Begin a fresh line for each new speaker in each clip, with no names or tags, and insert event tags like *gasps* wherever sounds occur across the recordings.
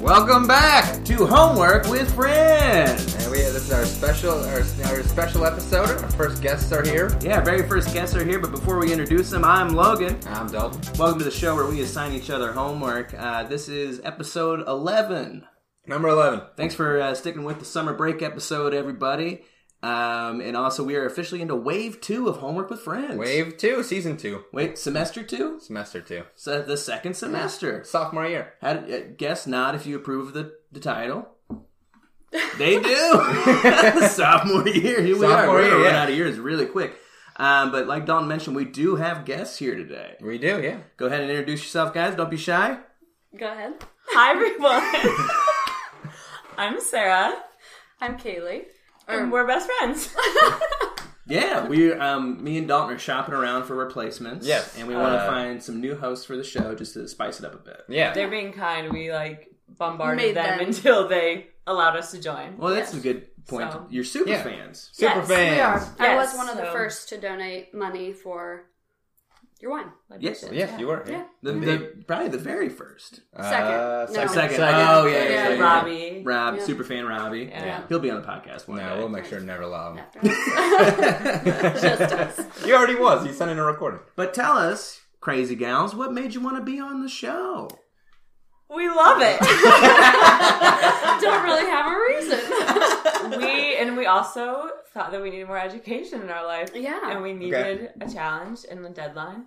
Welcome back to Homework with Friends.
And we, this is our special, our, our special episode. Our first guests are here.
Yeah, very first guests are here, but before we introduce them, I'm Logan.
I'm Dalton.
Welcome to the show where we assign each other homework. Uh, this is episode 11.
Number eleven.
Thanks for uh, sticking with the summer break episode, everybody. Um, and also, we are officially into wave two of Homework with Friends.
Wave two, season two,
Wait, semester two?
semester two,
So the second semester.
sophomore year.
How did, uh, guess not if you approve of the,
*laughs*
the title. They do. *laughs* sophomore year. Here we are.
Sophomore
We're gonna
year,
run
yeah.
out of years really quick. Um, but like Don mentioned, we do have guests here today.
We do, yeah.
Go ahead and introduce yourself, guys. Don't be shy.
Go ahead. Hi, everyone. I'm Sarah. I'm Kaylee. And we're best friends.
Yeah, we um, me and Dalton are shopping around for replacements.
Yes.
and we want to
Uh,
find some new hosts for the show just to spice it up a bit.
Yeah.
They're being kind. We like bombarded
Made
them,
them.
until they allowed us to join.
Well, that's a good point.
So-
You're super
Yeah.
fans.
Super
Yes, we
fans.
We are. I
Yes,
was one of the
so-
first to donate money for your wine.
Yes.
Yes, you were.
Yeah.
The, the, probably the very first.
Uh,
Second. No.
Second.
Second.
Oh yeah, yeah,
Yeah,
yeah, yeah.
Robbie.
Rob,
Yeah.
super fan Robbie.
Yeah.
Yeah.
He'll be on the podcast one
No,
day.
we'll make sure to never allow him. *laughs*
*laughs*
Just us.
He already was. He sent in a *laughs*
*laughs*
recording.
But tell us, crazy gals, what made you want to be on the
*laughs*
show?
We
*laughs*
love it.
*laughs* Don't really have a
*laughs*
reason.
we and we also thought that we needed more education in our life.
Yeah.
And we needed a challenge and a deadline.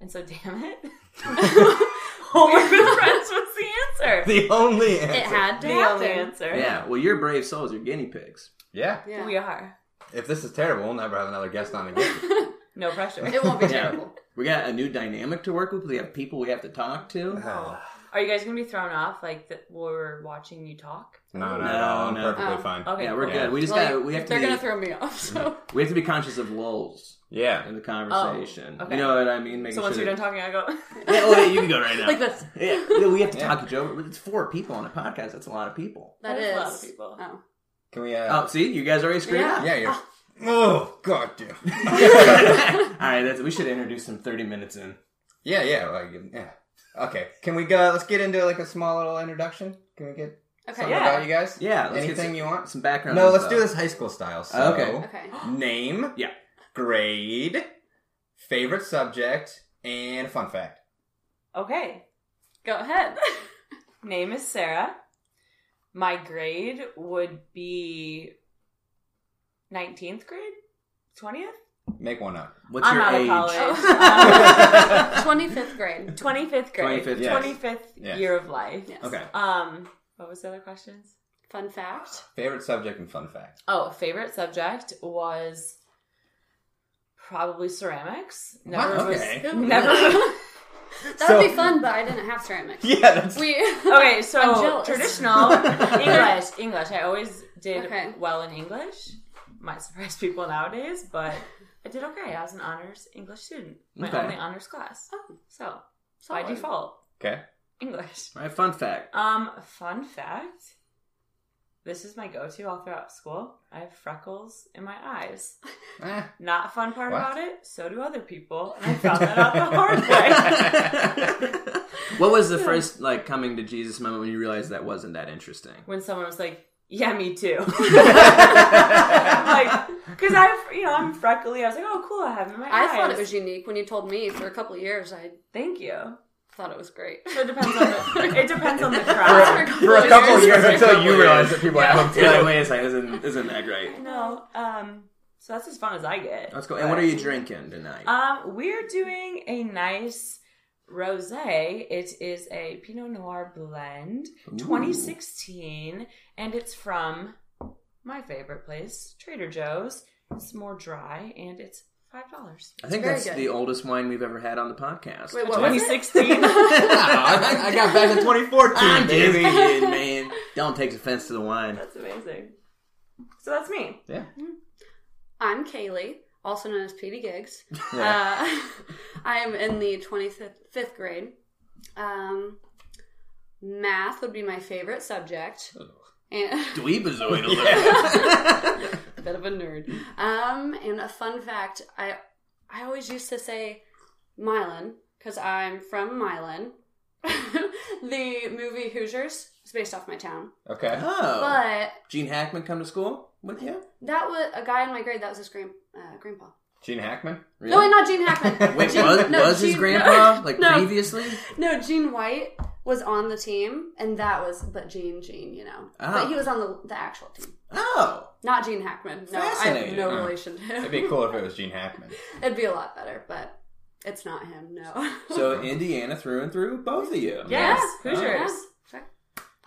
And so, damn it. *laughs* Homework with friends was the answer.
The only answer.
It had to
The
happen.
only answer.
Yeah, well, you're brave souls. You're guinea pigs.
Yeah.
Yeah.
We are.
If this is terrible, we'll never have another guest on again.
No pressure.
*laughs* It won't be
Yeah.
terrible.
We got a new dynamic to work with. We have people we have to talk to.
no,
Are you guys gonna be thrown off like that we're watching you talk?
no, no,
No,
I'm
no.
perfectly
Oh.
fine.
Okay.
Yeah, we're
cool.
good. We just
Well,
got. We have to.
They're
Be,
gonna throw me off. So
we have to be conscious of lulls
Yeah.
in the conversation.
Oh,
okay.
You know what I mean? Making
So once
sure
you're done
that-
talking, I go. *laughs*
Yeah, oh, yeah, you can go right now.
*laughs* like this.
Yeah, yeah, we have to talk each other. It's four people on a podcast. That's a lot of people.
That
That's
is.
a lot of people.
Oh.
Can we? Uh,
Oh, see, you guys already screwed
Yeah.
up. *laughs*
Yeah, you're.
*laughs*
Oh God, *laughs* damn.
All right, that's, we should introduce them thirty minutes in.
yeah, yeah, like yeah. Okay, can we go? Let's get into like a small little introduction. Can we get
Okay.
something
Yeah.
about you guys?
Yeah, let's get
anything
some-
you want.
Some background.
No, let's
info.
do this high school style. So,
Okay.
Okay.
Name.
Yeah.
Grade. Favorite subject and fun fact.
Okay.
Go ahead.
*laughs* Name is Sarah. My grade would be nineteenth grade, twentieth.
Make one up.
What's
I'm
your
out
age?
of
*laughs*
college. *laughs*
okay.
Twenty fifth Oh, um, grade.
Twenty fifth grade.
25th,
yes.
Twenty fifth
Yes.
year of life.
Yes.
Um. What was the other questions?
Fun fact.
Favorite subject and fun fact.
Oh, favorite subject was probably ceramics. Never
What?
was.
Okay.
*laughs* Never.
*laughs* That would be fun, but I didn't have ceramics.
Yeah,
*laughs*
that's
We
Okay,
I'm
so
jealous.
traditional English, English. I always did
Okay.
well in English. Might surprise people nowadays, but I did okay. I was an honors English student, my
Okay.
only honors class. So by
Oh, *laughs* Solid.
default,
okay.
English.
All right, fun fact.
Um, fun fact: this is my go-to all throughout school. I have freckles in my eyes.
Eh. *laughs*
Not fun part
What?
about it. So do other people, and I found that out the hard
*laughs*
way.
*laughs* What was the first like coming to Jesus moment when you realized that wasn't that interesting?
when someone was like, "Yeah, me
*laughs*
too." like, because I, you know, I'm freckly. I was like, "Oh, cool, I have it in my
I
eyes."
thought it was unique when you told me for a couple of years. I
Thank you.
thought it was great.
So it depends on the. *laughs* It depends on the
For a
crowd.
couple
For a
of
couple
years.
years until
Couple
you
years.
realize that people have them
You're like,
too.
wait a second, isn't, isn't that great?
no. Um. So that's as fun as I get.
Let's go. And what are you drinking tonight?
Uh,
Um, we're doing a nice rosé. It is a Pinot Noir blend, 2016, and it's from my favorite place, Trader Joe's. It's more dry, and it's five dollars.
I think
very
that's
good.
the oldest wine we've ever had on the podcast.
Wait, what was
*laughs*
*laughs*
it?
*laughs* 2016.
I, I got back in 2014,
I'm just
baby.
kidding, man. Don't take offense to the wine.
That's amazing. So that's me.
Yeah.
I'm Kaylee, also known as PD Gigs.
Yeah.
Uh, *laughs* I am in the 25th grade. Um, math would be my favorite subject. And *laughs*
*laughs* Dweebazoid a little.
a bit of a nerd. Um, and a fun fact, I I always used to say Milan because I'm from Milan. *laughs* the movie Hoosiers. It's based off my town.
Okay.
*laughs* Oh.
But
Gene Hackman come to school with you?
that was a guy in my grade that was his grand, uh, grandpa.
Gene Hackman.
Really?
No, wait, not Gene
*laughs*
Hackman.
Wait,
Gene-
was,
no,
was his
Gene-
grandpa like
no.
previously?
No, Gene White was on the team, and that was but Gene Gene, you know.
Ah.
But he was on the, the actual team,
Oh,
not Gene Hackman. No, I have
Fascinating.
no
Uh,
relation to him.
It'd be cool if it was Gene Hackman.
*laughs* It'd be a lot better, but it's not him. No. *laughs*
so Indiana through and through, both of you.
Yes,
Yeah.
Hoosiers.
Yeah.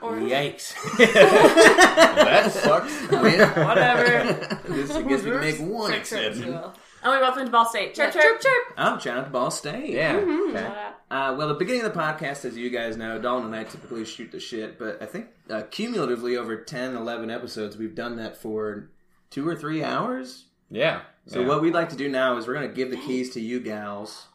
Or
Yikes.
*laughs* that sucks.
*laughs*
*laughs*
Whatever.
This, I guess we
*laughs*
can make one
Chirp, chirp, you
exception.
will.
And Oh, we both went to Ball State.
Chirp,
Chirp,
chirp,
chirp.
chirp.
Oh, shout out to Ball State.
Yeah.
Shout
Okay.
out.
Uh, well, the beginning of the podcast, as you guys know, Dalton and I typically shoot the shit, but I think uh, cumulatively over 10, 11 episodes, we've done that for two or three hours.
Yeah.
So,
yeah.
what we'd like to do now is we're going to give the keys to you gals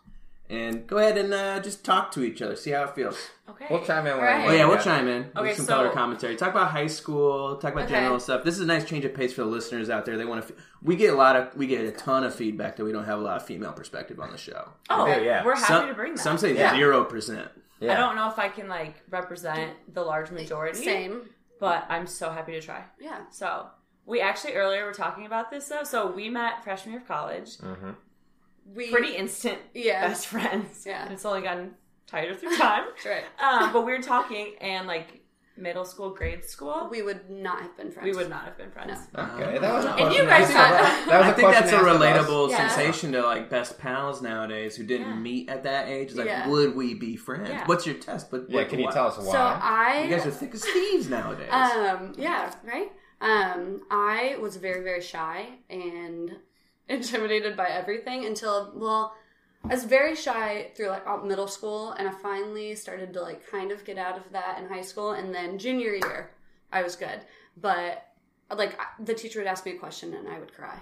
and go ahead and uh, just talk to each other, see how it feels.
Okay.
We'll chime in. when
Right.
Oh, yeah, we'll
Yeah.
chime in.
Okay,
with some
so-
color commentary. Talk about high school, talk about
Okay.
general stuff. This is a nice change of pace for the listeners out there. They want to. F- we get a lot of, we get a ton of feedback that we don't have a lot of female perspective on the show.
Oh,
Yeah, yeah.
we're happy
some,
to bring that.
Some say
Yeah.
zero percent.
Yeah.
I don't know if I can like represent the large majority,
Same.
but I'm so happy to try.
Yeah.
So we actually earlier were talking about this though. So we met freshman year of college,
Mm-hmm.
We
pretty instant
Yeah.
best friends.
Yeah.
and *laughs* it's only gotten tighter through time.
That's right.
um, but we were talking and like middle school, grade school, we,
We would not have been friends.
would not have been friends.
Okay. That was. *laughs* a
And
question
you guys
asked
had-
about- that was
Uh, I
a
think
question
that's a
asked of us.
relatable
Yeah.
sensation to like best pals nowadays who didn't
Yeah.
meet at that age. It's Like,
Yeah.
would we be friends?
Yeah.
What's your test? But
Yeah.
what-
Can you
what?
tell us why?
So I.
You guys are thick as thieves nowadays.
Um, yeah, right? Um, I was very, very shy and *laughs* intimidated by everything until, well, I was very shy through like all- middle school, and I finally started to like kind of get out of that in high school, and then junior year, I was good, but like I- the teacher would ask me a question and I would cry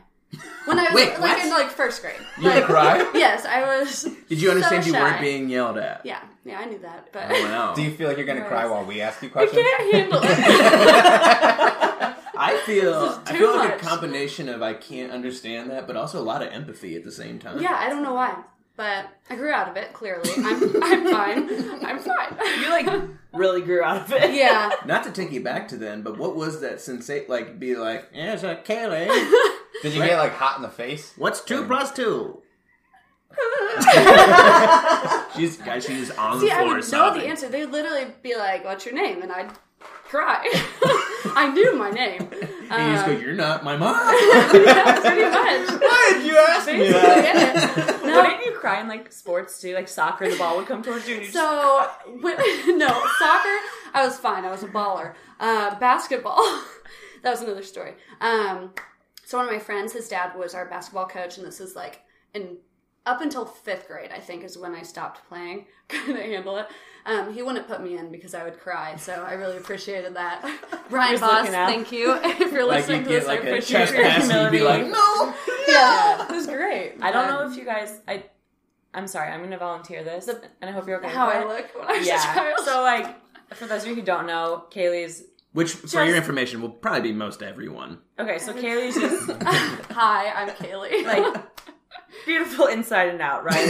when I was
Wait,
like
what?
in like first grade.
you
like,
would *laughs* cry.
*laughs* Yes, I was.
Did you understand you
shy.
weren't being yelled at?
Yeah, yeah, I knew that, but
Oh, wow.
Do you feel like you're gonna cry while we ask you
I
questions? *laughs*
can't handle it. *laughs*
I feel I
too
feel like
much.
a combination of I can't understand that, but also a lot of empathy at the same time.
Yeah, I don't know why, but I grew out of it. Clearly, I'm I'm fine. I'm fine.
You like really grew out of it. *laughs*
*laughs* yeah,
Not to take you back to then, but what was that sensate like? Be like, yeah, it's like
*laughs*
Kaylee.
Did you get like hot in the face?
What's two plus two? she's guys, she's on
see,
the
I
floor.
would know
sobbing.
the answer. They'd literally be like, "What's your name?" and I'd cry. *laughs* I knew my name. *laughs*
And you just
Um,
go, you're not my mom.
yeah, pretty much.
Why did you ask me that?
*laughs*
*laughs*
Yeah.
No. Wouldn't you cry in like sports too? Like soccer, the ball would come towards you. And you just,
So, when, *laughs* no soccer. I was fine. I was a baller. Uh, basketball. *laughs* that was another story. Um, so one of my friends, his dad was our basketball coach, and this is like in up until fifth grade, I think, is when I stopped playing. *laughs* Couldn't handle it. Um, he wouldn't put me in because I would cry, so I really
*laughs*
appreciated that. Brian
Just
Boss,
looking out.
thank you. *laughs* if you're
like
listening
you
to
get
this,
like *laughs*
I
a
appreciate
chest
your
pass and you'd be like,
humility.
no.
Yeah, it was great.
I don't know
But
if you guys. I, I'm sorry. I'm going to volunteer this, and I hope you're okay.
how
with
I
it.
look *laughs* when I was a
Yeah.
child.
So like, for those of you who don't know, Kaylee's
Which, for your information, will probably be most everyone.
okay. So Kaylee's just
Hi, I'm Kaylee.
like beautiful inside and out,
*laughs*
right?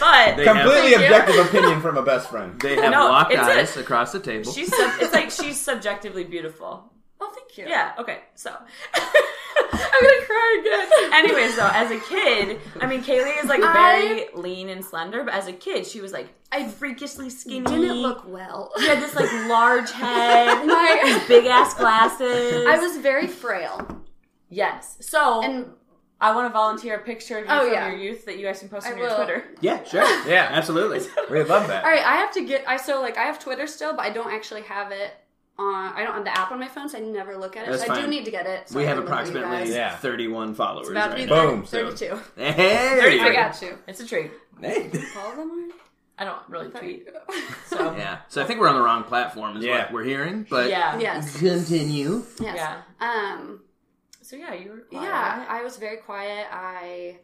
Like,
They
but
Completely
Thank you.
objective opinion from a best friend.
They have
No,
locked
it's a-
eyes across the table.
she's sub- it's like she's subjectively beautiful.
*laughs* oh, thank you.
Yeah. Okay. So. *laughs*
I'm gonna cry again.
Anyways, though, as a kid, I mean, Kaylee is like very lean and slender, but as a kid, she was like
I
freakishly skinny.
didn't look well.
She had this like large head,
*laughs* My-
big ass glasses.
I was very frail,
yes. So
and
I want to volunteer a picture of you
Oh,
from
yeah.
your youth that you guys can post
I
on your
will.
Twitter.
yeah, sure.
Yeah.
absolutely.
We love that.
all right, I have to get. I so like I have Twitter still, but I don't actually have it on. I don't have the app on my phone, so I never look at it.
That's
so I do
fine.
need to get it.
*laughs*
So
We
I
have
remember you guys.
approximately
Yeah.
31 followers
It's about to
right
be
now.
there.
thir-
Boom, so-
thirty-two.
Hey!
I got
*laughs*
you.
It's a treat.
Hey. *laughs*
Follow them
I don't really tweet.
*laughs* on.
So yeah.
Yeah, so I think we're on the wrong platform is
Yeah.
what we're hearing, but
Yeah.
yes.
continue.
Yes.
Yeah.
Um.
So yeah, you were quiet.
Yeah, I was very quiet. I,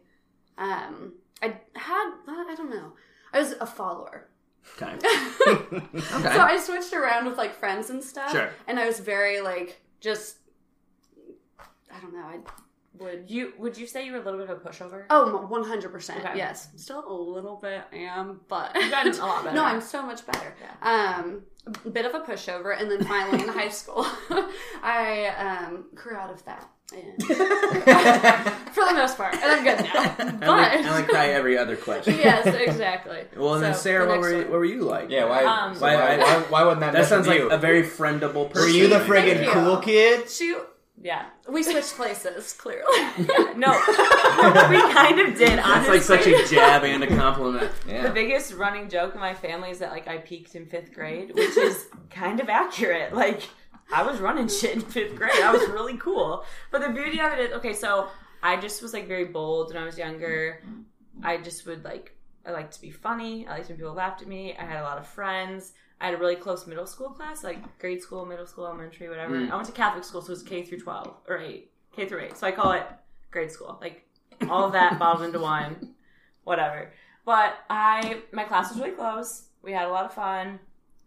um, I had. I don't know. I was a follower. *laughs*
Okay.
So
okay.
I switched around with like friends and stuff.
Sure.
And I was very like just I don't know, I would.
You would you say you were a little bit of a pushover?
Oh, 100%.
Okay.
Yes. Still a little bit am, but.
You've gotten a
*laughs*
lot better.
No, I'm so much better. Um, a bit of a pushover, and then finally in high school, *laughs* I um, grew out of that. And *laughs* for the most part, and I'm good now.
*laughs* I only,
But.
I only cry every other
*laughs*
question.
yes, exactly.
Well, and then
So,
Sarah,
the
what
next
were,
one.
what were you
*laughs*
like?
Yeah, why?
Um,
so
Why-
why,
I-
why, why wouldn't that?
That
mess
sounds
with
like
you?
a very friendable person.
Were you the
Thank
friggin'
you.
cool kid?
She,
Yeah.
we switched
*laughs*
places, clearly.
No. *laughs* we kind of did,
That's
honestly.
like such a jab and a compliment.
the
Yeah.
biggest running joke in my family is that like I peaked in fifth grade, which is kind of accurate. Like I was running shit in fifth grade. I was really cool. But the beauty of it is okay, so I just was like very bold when I was younger. I just would like I liked to be funny. I liked when people laughed at me. I had a lot of friends. I had a really close middle school class, like grade school, middle school, elementary, whatever.
Mm.
I went to Catholic school, so it was K through twelve or eight. K through eight. So I call it grade school. Like all of that bottled into one. Whatever. But I my class was really close. We had a lot of fun.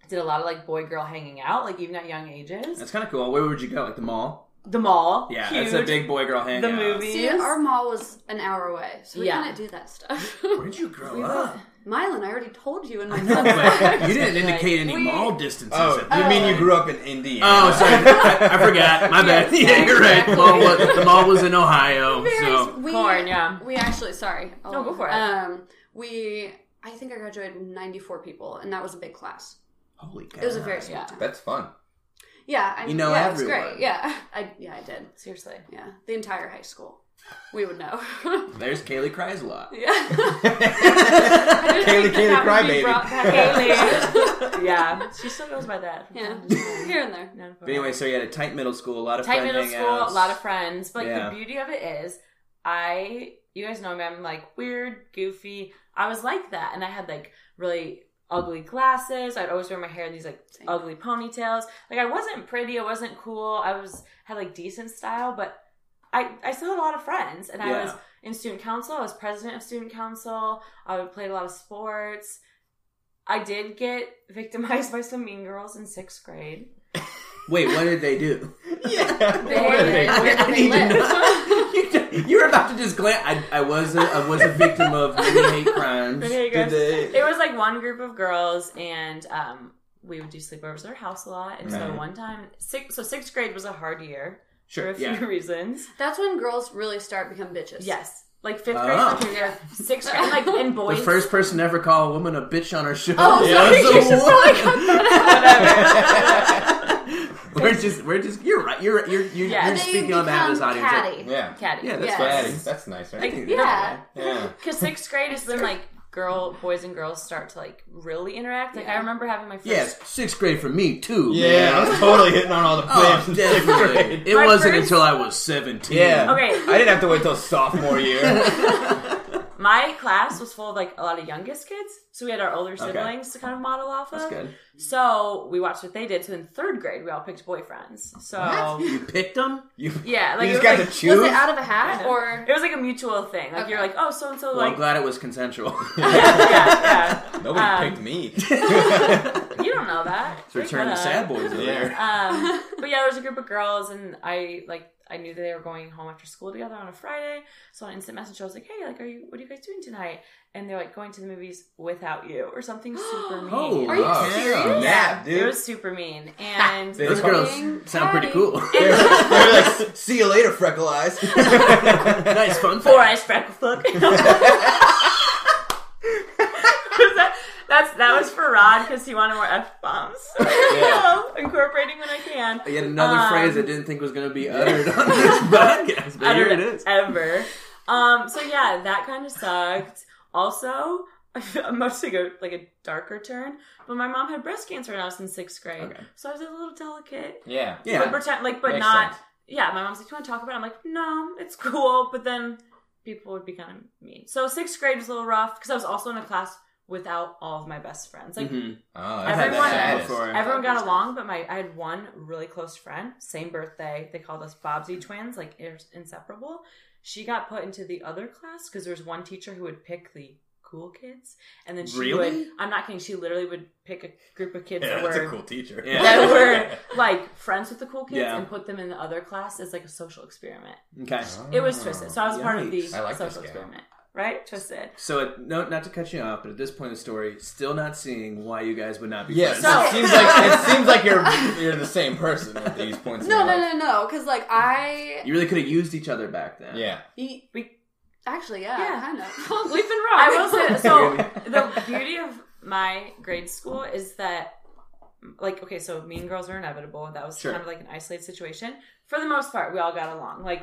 Did a lot of like boy girl hanging out, like even at young ages.
That's kind of cool. Where would you go? Like the mall?
The mall.
Yeah,
huge.
that's a big boy girl hangout.
the movies.
See, our mall was an hour away, so we
Yeah.
couldn't do that stuff. *laughs*
Where'd you grow up?
Mylan, I already told you
*laughs*
in my
But you
*laughs* son's
didn't indicate any
We-
mall distances.
Oh,
at
you
that
mean you
point.
grew up in Indiana?
Oh, sorry,
*laughs*
I, I forgot. My bad. *laughs*
Yes,
yeah, you're right. The mall was,
exactly.
the mall was in Ohio, so
we,
Corn, yeah.
We actually, sorry. Oh,
No, go for it.
Um, we, I think I graduated with 94 people, and that was a big class.
holy cow.
It was a very small
Yeah.
town.
That's
*laughs*
fun.
Yeah, I,
You know
yeah, it was
everyone.
great. Yeah, *laughs* I, yeah, I did.
Seriously.
Yeah, the entire high school. We would know. *laughs*
There's Kaylee cries a lot.
yeah. *laughs*
Kaylee, Kaylee, *laughs* crybaby.
*laughs*
Kaylee. yeah. She still goes by that. from
Yeah.
time to time.
Here and there.
None of *laughs*
But anyway, so you had a tight middle school, a lot of
tight
friend
middle
hangouts.
school, a lot of friends. But like,
Yeah.
the beauty of it is, I you guys know me. I'm like weird, goofy. I was like that, and I had like really ugly glasses. I'd always wear my hair in these like
Same.
ugly ponytails. Like I wasn't pretty. I wasn't cool. I was had like decent style, but I I still had a lot of friends, and I was
Yeah.
in student council. I was president of student council. I would play a lot of sports. I did get victimized *laughs* by some mean girls in sixth grade.
Wait, what did they do?
Yeah.
Where
did they-
where did
*laughs* I
they
need to
live?
know. *laughs* You- you were about to just glance. I, I was a, I was a victim of many hate crimes.
Many hate
Did
crimes.
they-
It was like one group of girls, and um, we would do sleepovers at our house a lot. And so
Right.
one time, six, so sixth grade was a hard year for
Sure.
a
Yeah.
few *laughs* reasons.
That's when girls really start become bitches.
Yes, like fifth grade,
Oh.
junior, year, sixth grade, like and
The
boys.
first person to ever call a woman a bitch on our show. *laughs*
Oh,
was
sorry,
a
you're so
*laughs*
woman. *laughs* we're just, we're just. You're right. You're, you're, you're,
Yeah.
you're
And then you
speaking on behalf of this
become
audience.
catty.
Yeah.
caddy. *laughs*
Yeah, that's
Yes.
Daddy, that's nice, right?
Like,
Yeah.
*laughs*
yeah.
Because sixth grade is when like girl, boys, and girls start to like really interact. Like I
Yeah.
remember having my first.
Yes, sixth grade for me too. man.
Yeah, I was totally hitting on all the
Oh,
flips. in *laughs* sixth
definitely.
grade.
It
My
wasn't
first-
until I was 17.
Yeah.
Okay.
I didn't have to wait till sophomore year.
*laughs* My class was full of like a lot of youngest kids, so we had our older siblings to kind of model off
Oh,
of.
That's good.
So we watched what they did. So in third grade, we all picked boyfriends. So
You picked them?
You,
yeah, like
you
it
just got
was like,
to
Was
choose.
it out of a
I
hat
know.
or
It was like a mutual thing. Like you're
Okay.
like, oh, so and so
Well, I'm
like.
glad it was
*laughs*
consensual. *laughs*
yeah, yeah,
Nobody
Um,
picked
*laughs*
me.
yeah. You don't know that.
It's Return
Uh-huh.
to sad boys over
Yeah.
here.
Um, but yeah, there was a group of girls, and I like I knew that they were going home after school together on a Friday. So on instant message, I was like, hey, like, are you? What are you guys doing tonight? And they're like going to the movies without you or something super mean.
*gasps* Oh,
Are you
wow.
serious?
Yeah,
It
dude.
was super
*laughs*
mean, and
They
*laughs*
Those
Fucking
girls sound pretty cool.
They *laughs* were like, "S- see you later, freckle
*laughs*
eyes.
*laughs* nice fun
Four
fact.
eyes
*laughs*
freckle fuck. *laughs* 'Cause that, that's that was for Rod because he wanted more f bombs.
*laughs*
*laughs*
Yeah.
incorporating when I can.
Yet another
Um,
phrase I didn't think was going to be uttered on this *laughs* podcast, but here
Uttered
it is.
Ever. Um. So yeah, that kind of sucked. Also, *laughs* I'm about to take a like a darker turn, but my mom had breast cancer when I was in sixth grade,
Okay.
so I was a little delicate.
Yeah.
But
Yeah.
pretend like, but
Makes
not.
sense.
Yeah, my mom's like, "Do you want to talk about?" it? I'm like, "No, it's *laughs* cool." But then people would be kind of mean. So sixth grade was a little rough because I was also in a class without all of my best friends.
Mm-hmm.
Like
Mhm.
Oh,
I've
that's
had
Everyone-
that
saddest.
before.
everyone got
Best
along, but my I had one really close friend, same birthday. They called us
Mm-hmm.
Bobsy twins, like ins- inseparable. She got put into the other class because there was one teacher who would pick the cool kids, and then she
Really?
would. I'm not kidding. She literally would pick a group of kids
Yeah,
that
that's
were
a cool teacher.
Yeah.
that
*laughs*
were
*laughs*
like friends with the cool kids
Yeah.
and put them in the other class as like a social experiment.
Okay.
It was twisted. So I was part of the
Yikes.
I like this
social
guy.
experiment, right? Twisted.
So, it, no, not to cut you off, but at this point in the story, still not seeing why you guys would not be
Yes,
friends.
So-
it seems like it seems like you're you're the same person at
*laughs*
these points. in
No,
your
no,
life.
no, no. Because like I
You really could have used each other back then.
Yeah,
we,
we-
actually yeah,
Yeah.
kind
*laughs*
of. *laughs*
We've been wrong. I will say *laughs* that. So
Really?
the beauty of my grade school is that, like, okay, so Mean Girls are inevitable. That was
Sure.
kind of like an isolated situation. For the most part, we all got along. Like,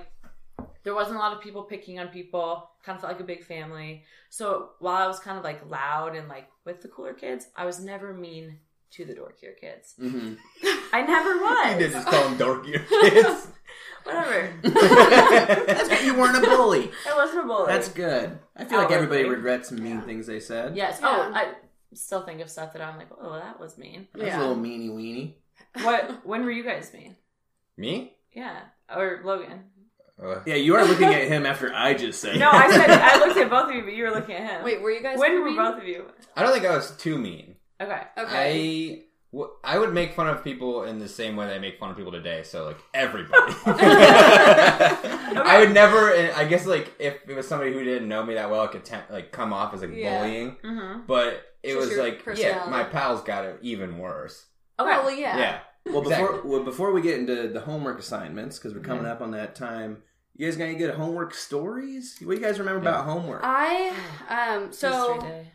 there wasn't a lot of people picking on people. Kind of felt like a big family. So while I was kind of like loud and like with the cooler kids, I was never mean to the dorkier kids.
Mhm.
I never
you did *laughs*
was.
just call them dorkier
*laughs*
kids.
Whatever.
*laughs*
*laughs*
That's good. You weren't a bully.
I wasn't a bully.
That's good. I feel like
Outwardly.
everybody regrets mean
Yeah.
things they said.
yes.
Yeah.
Oh, I still think of stuff that I'm like, oh, that was mean.
That's
Yeah.
a little meanie weenie.
*laughs*
What? When were you guys mean?
Me?
Yeah, or Logan.
Uh,
Yeah, you are looking at him after I just said
No, I said I looked at both of you, but you were looking at him.
Wait, were you guys?
when were
mean?
both of you?
I don't think I was too mean.
Okay,
Okay.
I w- I would make fun of people in the same way that I make fun of people today. So like
*laughs*
everybody. *laughs* I would never. and I guess like if it was somebody who didn't know me that well, it could tempt, like come off as like
Yeah.
bullying.
mm-hmm.
But it
Just
was
your
like yeah,
personality.
my pals got it even worse.
Oh,
okay.
well, yeah.
Yeah.
Well, before
Exactly. Mm-hmm.
well, before we get into the homework assignments, because we're coming up on that time, you guys got any good homework stories? What do you guys remember about homework?
*sighs*
I um so
History day.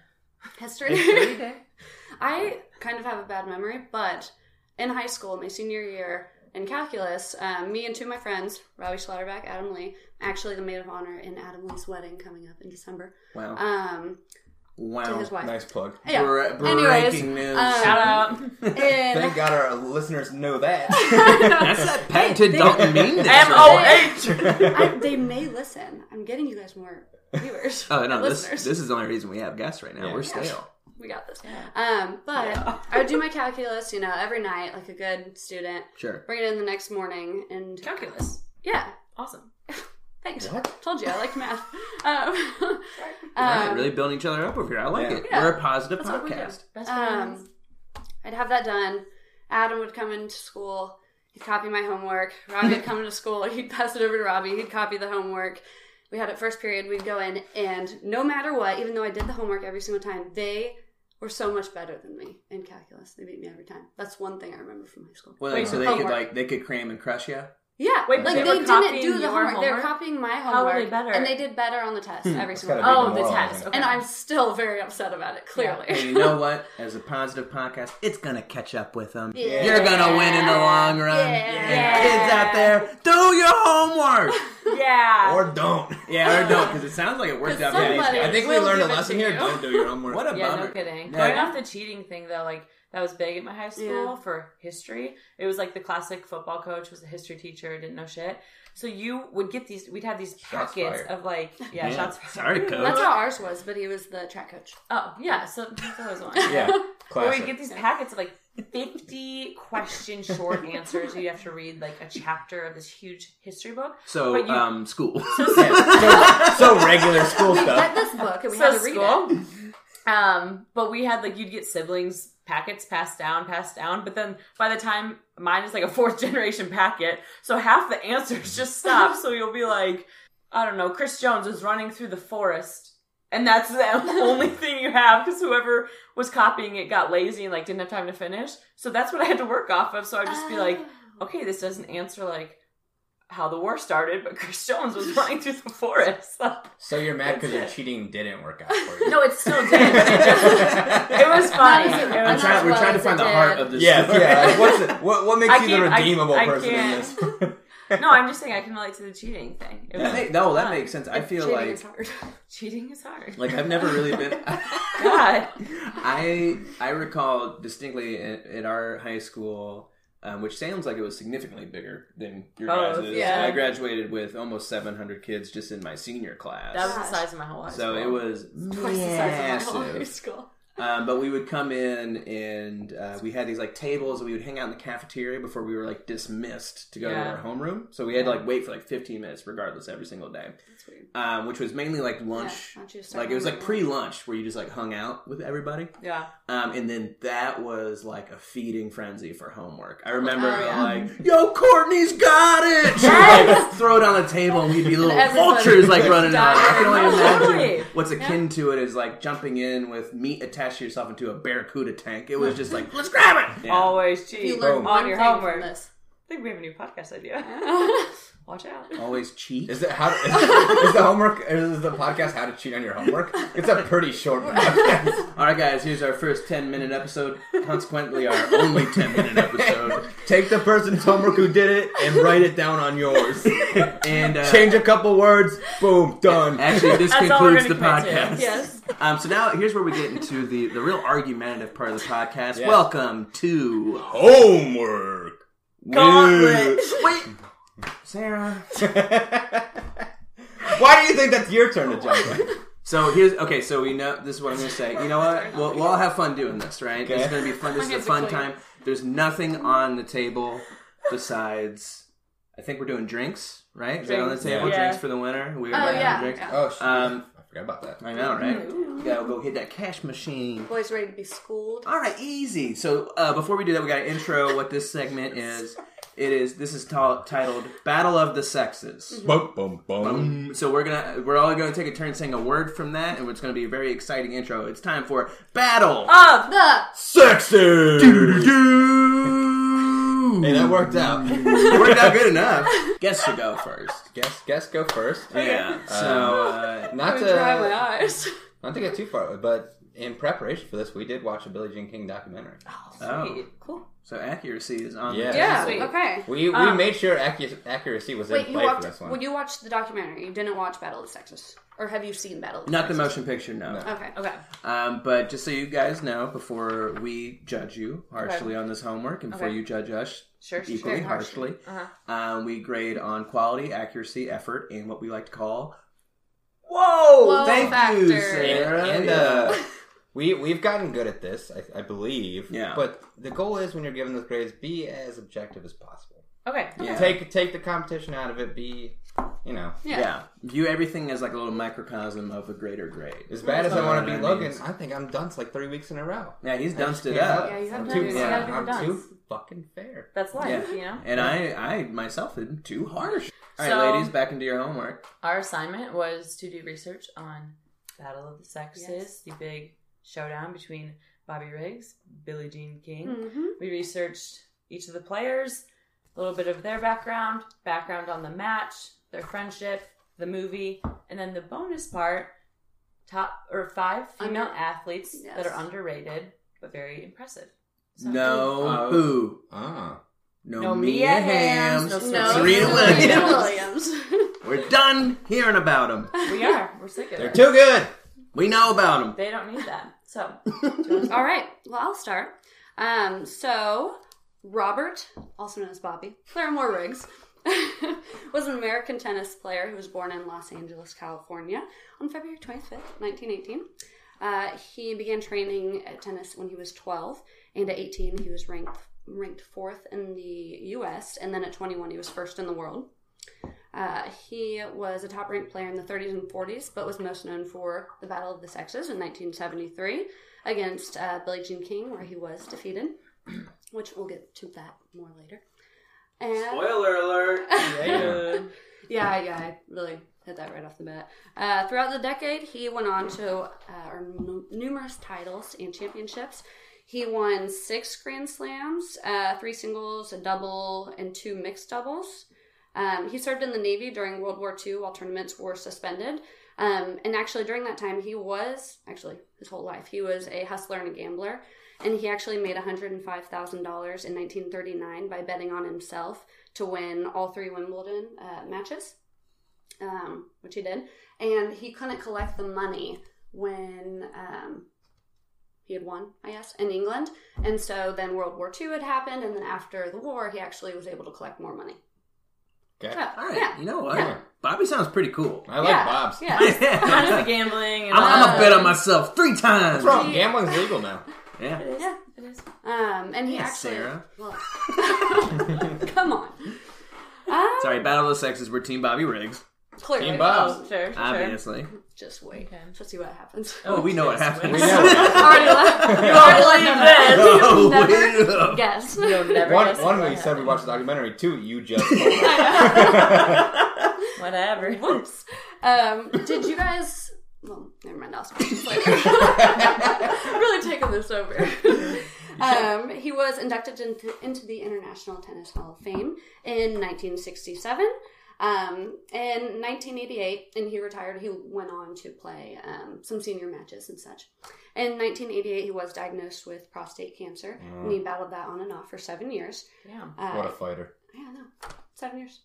history.
History day?
*laughs* I kind of have a bad memory, but in high school, my senior year in calculus, um, me and two of my friends, Robbie Schlatterback, Adam Lee, actually the maid of honor in Adam Lee's wedding coming up in December,
Wow,
um, to
wow,
his wife.
Nice plug.
Yeah.
Bre-
Anyways,
breaking news.
um,
Shout out.
And-
*laughs* Thank God our listeners know
*laughs*
that. *laughs*
That's *laughs* that patented
They-
don't mean this.
M
Oh,
*laughs*
O H.
I, they may listen. I'm getting you guys more viewers.
*laughs* Uh,
Oh no! This,
Listeners.
this is the only reason we have guests right now.
Yeah.
We're stale.
we got this. Um, but I would do my calculus, you know, every night, like a good student.
Sure.
Bring it in the next morning, and
Calculus.
yeah,
Awesome.
thanks.
What?
Told you I like math. Um,
Alright,
um,
really building each other up over here. I like
Yeah.
it.
Yeah.
We're a positive
That's what we do.
podcast.
Best friends.
Um, I'd have that done. Adam would come into school. He'd copy my homework. Robbie would come into school. He'd pass it over to Robbie. He'd copy the homework. We had it first period. We'd go in, and no matter what, even though I did the homework every single time, they were so much better than me in calculus. They beat me every time. That's one thing I remember from high school.
Well,
Wait,
so they could
homework.
like they could cram and crush you.
Yeah,
Wait,
like
they
they,
were
didn't
copying
do the
your
homework. They were
homework?
copying my
How were
homework.
they better?
And they did better on the test every
It's
single
gotta
time.
be
Oh, the
moral,
test.
isn't it?
Okay.
And I'm still very upset about it. Clearly,
And you know what? As a positive podcast, it's gonna catch up with them.
Yeah.
You're gonna win in the long run.
Yeah.
And Kids out there, do your homework.
yeah.
Or
*laughs*
don't.
*laughs* yeah, or don't, because it sounds like it worked out for these
somebody-
I
guys.
think we
We'll
learned a
give it
lesson
to
here.
you.
Don't do your homework.
What a
yeah,
bummer.
no kidding.
No.
Going off the cheating thing though, like that was big at my high school
Yeah.
for history. It was like the classic football coach was a history teacher, didn't know shit. So you would get these. We'd have these
Shots
packets
fired.
of like, yeah,
Yeah.
shots. fired.
Sorry, coach.
that's how ours was. But he was the track coach.
Oh yeah, so *laughs* that's always one. *laughs*
Yeah.
Where we
Classic.
get these packets of like fifty question short answers. You have to read like a chapter of this huge history book.
So,
But you-
um, school.
*laughs*
*laughs*
Yeah. So, so regular school
we
stuff.
got this book and we
so
had to read it.
school. *laughs* Um, but we had like you'd get siblings packets passed down, passed down. But then by the time mine is like a *laughs* fourth generation packet, so half the answers just stop. so you'll be like, I don't know, Chris Jones was running through the forest. And that's the *laughs* only thing you have because whoever was copying it got lazy and like didn't have time to finish. So that's what I had to work off of. So I'd just be like, okay, this doesn't answer like how the war started, but *laughs* Chris Jones was running through the forest. *laughs*
So you're mad because
That's
your
it.
cheating didn't work out for you. *laughs*
no, it still
*laughs*
did. but It just *laughs* It was funny. *laughs*
That was-
It
I'm
was-
that
trying, we're trying to
was
find
a
the heart
dad.
of this.
Yes,
story.
yeah.
*laughs*
like, What's it, what, what makes
I
you the
can't- I-
redeemable
I
person in
can't.
this? *laughs*
no, I'm just saying I can relate to the cheating thing. It
That
was-
make- no, that makes sense. I feel
Cheating
like
is hard.
cheating is hard.
like I've never really been. *laughs*
God.
I I recall distinctly at, at our high school, um, which sounds like it was significantly bigger than your
Oh,
guys' is.
yeah.
I graduated with almost 700 kids just in my senior class.
That was the size of my whole life.
so it was
Twice the size of my whole high
massive.
school.
Um, but we would come in and uh, we had these like tables and we would hang out in the cafeteria before we were like dismissed to go to
Yeah.
our homeroom. So we had to like wait for like 15 minutes regardless every single day,
That's weird.
um, which was mainly like lunch.
Yeah, why don't you start
like it was like
homeroom?
pre-lunch where you just like hung out with everybody.
Yeah.
Um, and then that was like a feeding frenzy for homework. I remember
Oh, yeah.
like, "Yo, Courtney's got it!" She would, like throw it on the table, and we'd be little
everybody
vultures like running out. I can only
died.
imagine
Totally.
what's akin to it is like jumping in with meat attached to yourself into a barracuda tank. It was just like, "Let's grab it!" Yeah.
Always cheap
You learn
on
one
your
thing
homework.
from
I
this.
think we have a new podcast idea. Watch out.
*laughs*
always cheap.
Is it how? *laughs* Is, the homework? Is the podcast how to cheat on your homework? It's a pretty
*laughs*
short podcast.
All right, guys, here's our first ten minute episode. Consequently, our only ten minute episode.
*laughs* Take the person's homework who *laughs* did it and write it down on yours.
*laughs* And uh,
Change a couple words. Boom, done.
Actually, this
*laughs* That's all we're
concludes the
gonna commit to.
podcast.
yes.
Um, so now here's where we get into the, the real argumentative part of the podcast.
Yeah.
Welcome to
homework.
Gauntlet.
Wait, Sarah.
*laughs* Why do you think that's your turn to
Oh,
jump? in?
So here's okay. So we know this is what I'm going to say. You know what? We'll, we'll all have fun doing this, right? This is
Okay.
going to be fun. This is a
hands are
fun
clean.
time. There's nothing on the table besides. I think we're doing drinks, right? Is that on the
Drinks,
table?
yeah.
Drinks for the winner. We
Oh
having
yeah.
drinks.
yeah.
Oh, shit.
Um,
I forgot about that.
I know, right?
Mm-hmm.
Gotta go hit that cash machine.
Boys ready to be schooled.
All right, easy. So uh, before we do that, we got to intro what this segment is. It is this is ta- titled "Battle of the Sexes."
Boom, boom, boom.
Um, so we're gonna we're all gonna take a turn saying a word from that, and it's gonna be a very exciting intro. It's time for battle.
Of
The
Sexy.
Do-do-do.
Hey, that worked out. *laughs*
Worked out good enough. Guess to go first.
guess, guess, go first.
Yeah. So uh,
Not
I'm
to,
dry my eyes.
not to get too far, but in preparation for this, we did watch a Billie Jean King documentary.
Oh.
sweet. cool.
so accuracy is on.
Yeah.
*laughs* Yeah.
Sweet.
Okay.
We we
Um,
made sure accu- accuracy was
Wait,
in
you
play for
watched?
this one.
Well, you watched the documentary. You didn't watch Battle of the Sexes, or have you seen Battle? Of the
Not the
Sexes?
motion picture, no.
Okay.
Okay.
Um, but just so you guys know, before we judge you harshly on this homework, and before
Okay.
you judge us
Sure, sure, Uh-huh.
equally
sure,
harshly,
harshly.
um, we grade on quality, accuracy, effort, and what we like to call. Whoa!
Whoa
thank you,
factor.
Sarah.
and and
Yeah.
uh, we we've gotten good at this, I, I believe.
Yeah.
But the goal is when you're giving those grades, be as objective as possible.
Okay.
yeah.
Take take the competition out of it. Be, you know,
yeah. view everything as like a little microcosm of a greater grade.
as bad as I
Yeah.
want to
Yeah.
be, Logan. I think I'm dunce like three weeks in a row.
Yeah, he's dunced it
Can't help
up.
Yeah, you have
I'm
to-
too,
you gotta
be
I'm
dunce.
too fucking fair.
That's life,
Yeah.
you know?
And I, I myself am too harsh. All right,
So-
ladies, back into your homework.
Our assignment was to do research on Battle of the Sexes,
Yes.
the big showdown between Bobby Riggs, Billie Jean King.
Mm-hmm.
We researched each of the players, a little bit of their background, background on the match, their friendship, the movie, and then the bonus part top or five female
Under-
athletes that
Yes.
are underrated but very impressive.
No
Oh.
who?
Ah,
No,
No
Mia,
Mia
Hams.
Hamm,
No,
Serena
*laughs* Serena
Williams.
*laughs* Williams.
We're done hearing about them.
We are. We're sick of
they're
it.
too good.
We know about them.
They don't need that. So
*laughs*
Um, All right. Well, I'll start. Um, so Robert, also known as Bobby Claremore Riggs, *laughs* was an American tennis player who was born in Los Angeles, California, on February 25th, 1918. Uh, he began training at tennis when he was 12, and at 18, he was ranked ranked fourth in the U.S., and then at 21, he was first in the world. Uh, he was a top ranked player in the 30s and 40s, but was most known for the Battle of the Sexes in 1973 against uh, Billie Jean King, where he was defeated, *clears throat* which we'll get to that more later. And
Spoiler alert.
Yeah.
yeah, yeah, I really hit that right off the bat. Uh, throughout the decade, he went on to uh, earn nu- numerous titles and championships. He won six Grand Slams, uh, three singles, a double, and two mixed doubles. Um, he served in the Navy during World War II while tournaments were suspended. Um, and actually, during that time, he was actually his whole life he was a hustler and a gambler. And he actually made $105,000 in 1939 by betting on himself to win all three Wimbledon uh, matches, um, which he did. And he couldn't collect the money when um, he had won, I guess, in England. And so then World War II had happened, and then after the war, he actually was able to collect more money.
Okay.
So,
All right.
yeah.
You know what?
Yeah.
Bobby sounds pretty cool.
I like
yeah,
Bob's.
Yeah.
*laughs* I'm,
Minus the gambling and all
I'm
Uh,
gonna bet on myself three times.
What's wrong? Gambling's legal
*laughs*
now.
Yeah.
that.
Yeah.
It is.
Um, and he
Yeah,
actually.
Sarah.
*laughs*
Well, *laughs* come on. Uh,
Sorry, Battle of the Sexes. We're Team Bobby Riggs,
clearly. Oh,
Team Bob.
Oh, sure, sure.
obviously.
Just wait.
Okay.
Just see what happens.
*laughs*
Oh, we know what happens.
We know.
*laughs* already left. You already left.
Yes.
*laughs* Oh, wait
*laughs* Never
up.
guess.
*laughs*
You'll never
*laughs* One,
guess
one
what
we said we
happened.
watched the documentary. Two, you just.
*laughs*
told us.
Whatever. Whoops.
Um, did you guys? Well, never mind. I'll speak later. *laughs* really taking this over. Um, he was inducted into, into the International Tennis Hall of Fame in 1967. Um, in 1988, and he retired. He went on to play um, some senior matches and such. In 1988, he was diagnosed with prostate cancer, and he battled that on and off for seven years.
Damn.
Uh,
Mm. What a
*laughs*
fighter.
yeah, no, seven years.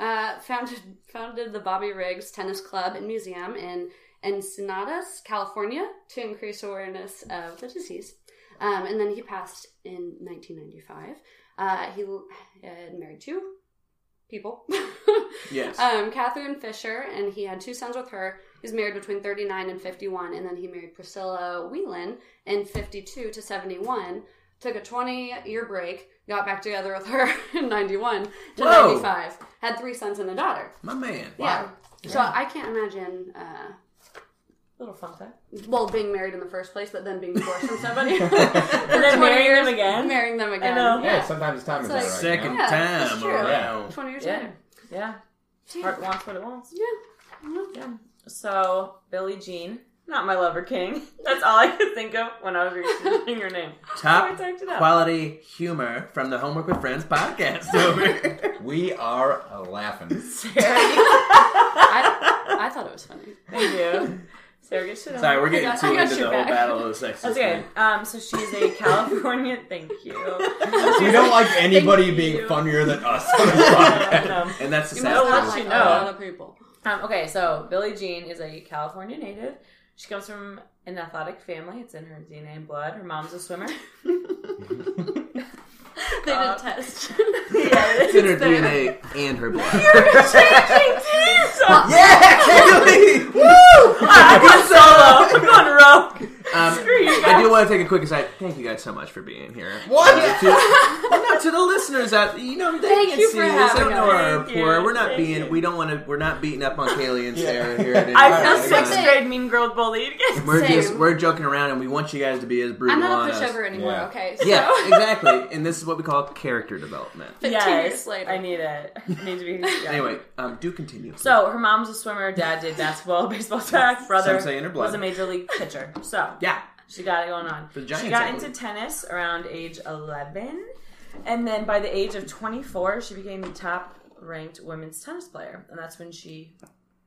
Uh, founded founded the Bobby Riggs Tennis Club and Museum in Encinitas, California, to increase awareness of the disease. Um, and then he passed in 1995. Uh, he l- had married two people. *laughs*
Yes.
um, Catherine Fisher, and he had two sons with her. He's married between 39 and 51, and then he married Priscilla Whelan in 52 to 71. Took a 20 year break, got back together with her *laughs* in 91 to
Whoa.
95. Had three sons and a daughter.
My man.
Yeah. So I can't imagine, uh,
Little fun fact.
well, being married in the first place,
*laughs*
but then being divorced from somebody.
And then
20
marrying
years,
them again.
Marrying them again.
know.
Yeah, sometimes time is
It's like-
not right. you know?
Second
Yeah, that's
time
true.
around.
20 years
yeah.
later.
Yeah. Heart wants what it wants.
Yeah.
Yeah. So, Billie Jean, not my lover king. *laughs* That's all I could think of when I was researching
*laughs*
your name. I
Top
typed it up.
quality humor from the Homework with Friends
*laughs*
podcast. Over.
We are laughing.
*laughs*
I, I thought it was funny.
Thank you. Sarah, get shit on.
Sorry, we're
I
getting
got-
too
I got
into the
your
whole
back.
Battle of the Sexes.
That's okay.
thing.
*laughs*
Um, so she's a
*laughs*
California. Thank *laughs* you.
We don't like anybody
Thank
being
you.
funnier than
*laughs*
us. on this podcast. *laughs*
Um,
And that's the
You
sad
must
let
not
part.
like
you
a
know.
lot of people.
Um, okay, so Billie Jean is a California native. She comes from an athletic family. It's in her DNA and blood. Her mom's
*laughs*
a swimmer.
*laughs* They
Uh,
did *laughs* test.
It's in her DNA and her
*laughs*
blood. *laughs*
so,
yeah, Emily! Woo!
I'm going solo. I'm going rogue.
Um,
Screw you
I
guys.
do want to take a quick aside. Thank you guys so much for being here.
What?
to, well, no, to the listeners out, you know, they
Thank
can
you
see
for
this. They
having
don't know our
us. Thank you.
rapport. We're not
Thank
being,
you.
we don't want to, we're not beating up on Kaylee and Sarah here. At any
I feel
time.
Alright,
sixth
fine.
grade mean girl bullied. *laughs*
We're just,
Same.
we're joking around, and we want you guys to be as brutal
I'm
on
not a pushover
us.
anymore,
Yeah.
okay?
Yeah,
So, *laughs*
exactly. And this is what we call character development.
15 years
yes,
later.
I need it. I need to be. yeah.
Anyway, um, do continue.
So her mom's a swimmer. Dad did basketball, *laughs* baseball, track. Brother
Some say in her blood.
was a major league pitcher. So
yeah,
She got it going on.
For the Giants,
she
I
got
believe.
into tennis around age 11. And then by the age of 24, she became the top ranked women's tennis player. And that's when she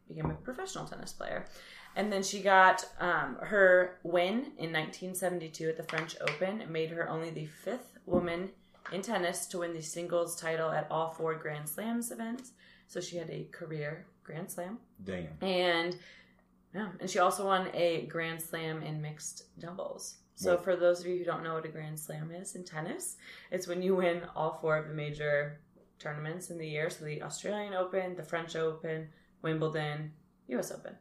became a professional tennis player. And then she got um, her win in 1972 at the French Open. It made her only the fifth woman in tennis to win the singles title at all four Grand Slams events. So she had a career Grand Slam.
Damn.
And yeah, and she also won a Grand Slam in mixed doubles. So
Whoa.
for those of you who don't know what a Grand Slam is in tennis, it's when you win all four of the major tournaments in the year, so the Australian Open, the French Open, Wimbledon, US Open.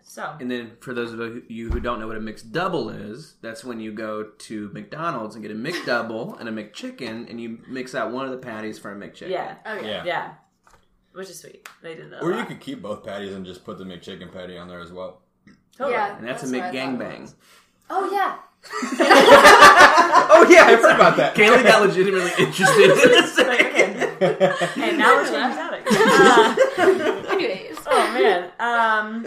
So
and then for those of you who don't know what a mixed double is, that's when you go to McDonald's and get a McDouble and a McChicken, and you mix out one of the patties for a McChicken.
yeah,
Oh, yeah.
Yeah.
yeah, which is sweet. They did that. a
Or you
lot.
could keep both patties and just put the McChicken patty on there as well.
Totally.
Yeah.
and that's,
That's
a
what I thought it
McGangbang. *laughs*
was. Oh, yeah.
Oh yeah, *laughs* I forgot about that.
Kaylee got
*laughs*
legitimately interested in this.
*laughs* Like, okay. and now we're changing topics. Uh,
Anyways.
Oh man. Um,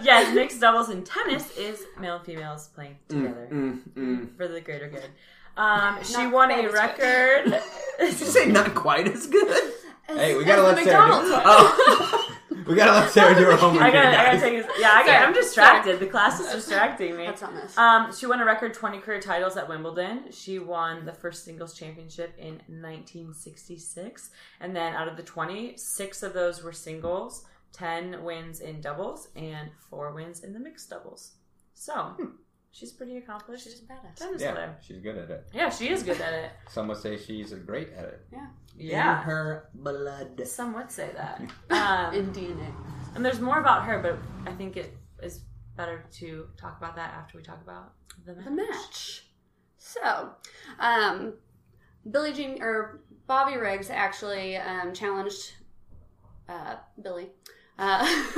yes, mixed doubles in tennis is male and females playing together
*laughs*
Mm, mm.
for the greater good. Um, she
Not
won
quite
a
as
record.
Did *laughs*
*laughs*
you say not quite as good? Oh.
Hey, we gotta
As
let
the
Sarah
McDonald's
do Oh.
one.
*laughs* We gotta let Sarah do her homework.
I gotta,
here,
I gotta
guys.
take. His, yeah, I got, I'm distracted. The class is distracting me.
That's not this.
Um, she won a record 20 career titles at Wimbledon. She won the first singles championship in 1966. And then out of the 20, six of those were singles, 10 wins in doubles, and four wins in the mixed doubles. So
Hmm.
she's pretty accomplished. She's
badass.
tennis
Yeah,
player.
she's good at it.
Yeah, she is good at it.
Some would say she's great at it.
Yeah.
In
Yeah.
her blood.
Some would say that. Um,
In DNA.
And there's more about her, but I think it is better to talk about that after we talk about the match.
the match. So, um, Billy Jean or Bobby Riggs actually um, challenged uh, Billy. Uh, *laughs*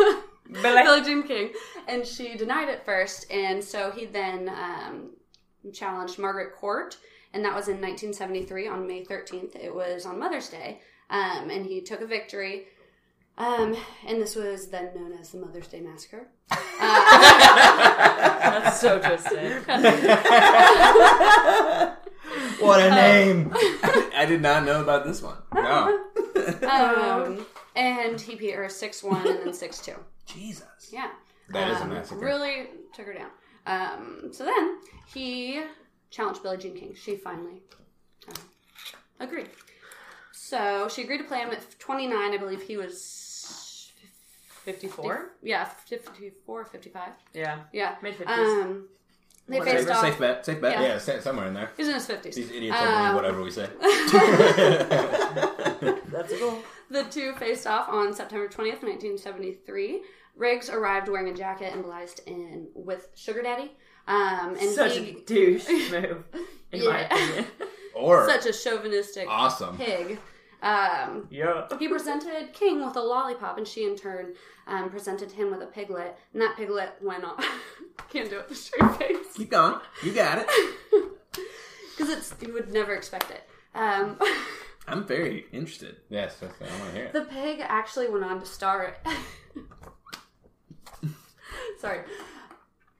Billy.
Billie Jean King, and she denied it first, and so he then um, challenged Margaret Court, and that was in 1973 on May 13th. It was on Mother's Day, um, and he took a victory, um, and this was then known as the Mother's Day Massacre.
*laughs*
Uh,
That's so
*laughs*
twisted.
*laughs* What
Oh.
a name!
I did not know about this one.
*laughs* No.
Um, and he beat her 6 1 and then 6 2.
Jesus.
Yeah.
That is a
Um,
massacre.
Really took her down. Um, so then he challenged Billie Jean King. She finally uh, agreed. So she agreed to play him at 29. I believe he was
54?
yeah 54, 55.
Yeah.
Yeah,
Mid 50s.
Um, they
Safe,
faced off.
safe bet. Safe bet.
Yeah.
Yeah, sa- somewhere in there.
He's in his 50s.
These idiots will
Um,
believe whatever
*laughs*
we say. *laughs*
That's a goal.
The two faced off on September 20th, 1973. Riggs arrived wearing a jacket emblazed in with Sugar Daddy. Um, and
Such
he,
a
*laughs*
douche move, in my
Yeah. *laughs*
opinion.
Or
such a chauvinistic
awesome.
pig. Um,
yeah.
he presented King with a lollipop, and she in turn um, presented him with a piglet, and that piglet went off. *laughs* Can't do it with a straight face *laughs*
Keep going. You got it.
because it's you would never expect it. Um, *laughs*
I'm very interested.
Yes, that's, I want to hear it.
the pig actually went on to star. *laughs* Sorry,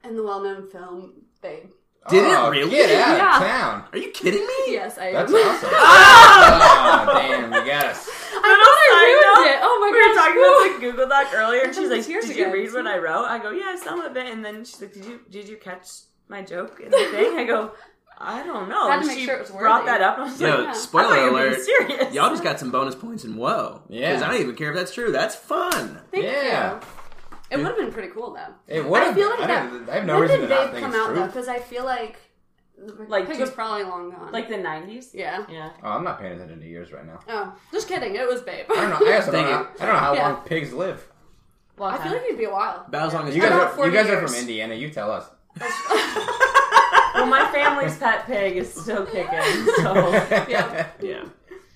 in the well-known film Babe.
Did it
oh,
really?
Get out
Yeah.
of town.
Are you kidding me?
Yes, I. *laughs*
That's
am.
awesome. oh, damn, you got us.
I thought I
side
ruined it. Oh my
We were
gosh!
talking about the Google Doc earlier, and
That
she's like,
was years
"Did you
ago.
read what I wrote?" I go, "Yeah, some of it." And then she's like, "Did you did you catch my joke in the thing?" I go, "I don't know."
Had to
And
make
she
sure it was
brought
worthy.
that up. and I was
Yo,
like,
Yeah.
"I thought
spoiler
you were
alert.
being serious."
Y'all just got some bonus points in whoa.
Yeah.
Because I don't even care if that's true. That's fun.
Thank
Yeah.
you. It would have been pretty cool though.
It would
I
have
feel
been.
like
I,
that.
didn't- I have no
when
reason
did
to not
Babe
think
come
it's
out
true.
though? Because I feel like
Like,
like Pig
do-
was probably long gone.
like the '90s.
yeah.
Yeah,
Oh, I'm not paying attention to years right now.
Oh, just kidding. It was Babe.
I don't know.
*laughs*
I, also don't,
Dang
know, I don't know how
Yeah.
long pigs live.
long
I
time.
feel like it'd be a while.
About as long as
You guys,
About
are,
40
you guys are
years.
from Indiana. You tell us.
well, my family's pet pig is still
*laughs*
kicking. So
*laughs*
*laughs*
Yeah.
Yeah.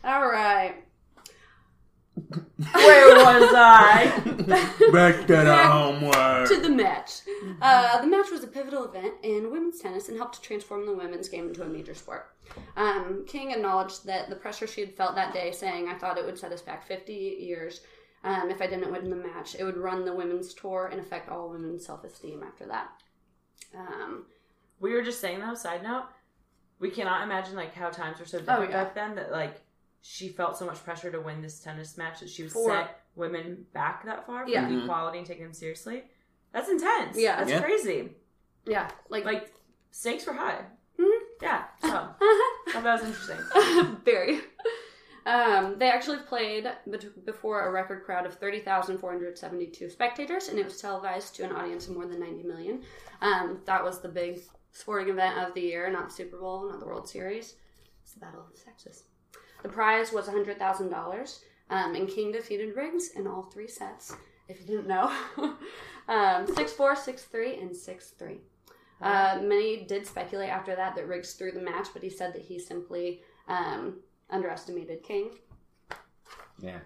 All right.
where was I?
Back to the
Back
homework.
To the match. Uh, the match was a pivotal event in women's tennis and helped to transform the women's game into a major sport. Um, King acknowledged that the pressure she had felt that day, saying, I thought it would set us back 50 years. Um, if I didn't win the match, it would run the women's tour and affect all women's self esteem after that. Um,
We were just saying though. Side note, we cannot imagine like how times were so different
Oh, yeah.
back then that like she felt so much pressure to win this tennis match that she was
For-
set women back that far from
Yeah.
Mhm.
equality and taking them seriously. That's intense.
Yeah.
that's
Yeah.
crazy.
yeah, like,
Like stakes were high.
Mhm.
Yeah, so thought that was interesting.
*laughs* Very. Um, they actually played bet- before a record crowd of 30,472 spectators, and it was televised to an audience of more than 90 million. Um, that was the big sporting event of the year, not Super Bowl, not the World Series. It's the Battle of the Sexes. The prize was $100,000, um, and King defeated Riggs in all three sets, if you didn't know *laughs* um, 6 4, 6 3, and 6 3. Uh, many did speculate after that that Riggs threw the match, but he said that he simply um, underestimated King.
Yeah.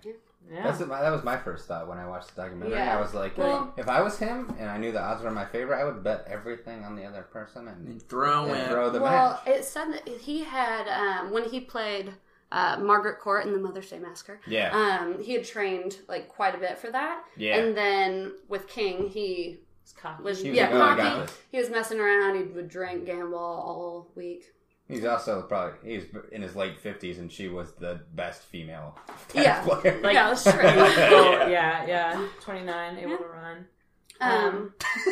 Yeah,
That's my, that was my first thought when I watched the documentary.
Yeah.
I was like,
Well-
if I was him and I knew the odds were my favor, I would bet everything on the other person and,
And throw
and
in. *laughs*
throw the
well,
match.
it said that he had um, when he played uh, Margaret Court in the Mother's Day Massacre.
Yeah.
Um, he had trained like quite a bit for that,
Yeah.
and then with King, he
it's cocky.
was,
He was
yeah
like, "Oh, I got
cocky.
this."
He was messing around. He would drink, gamble all week.
He's also probably he's in his late fifties, and she was the best female tennis
Yeah.
player.
Like-
yeah, that's true.
Oh, yeah, yeah. Twenty nine, able to run.
um,
*laughs*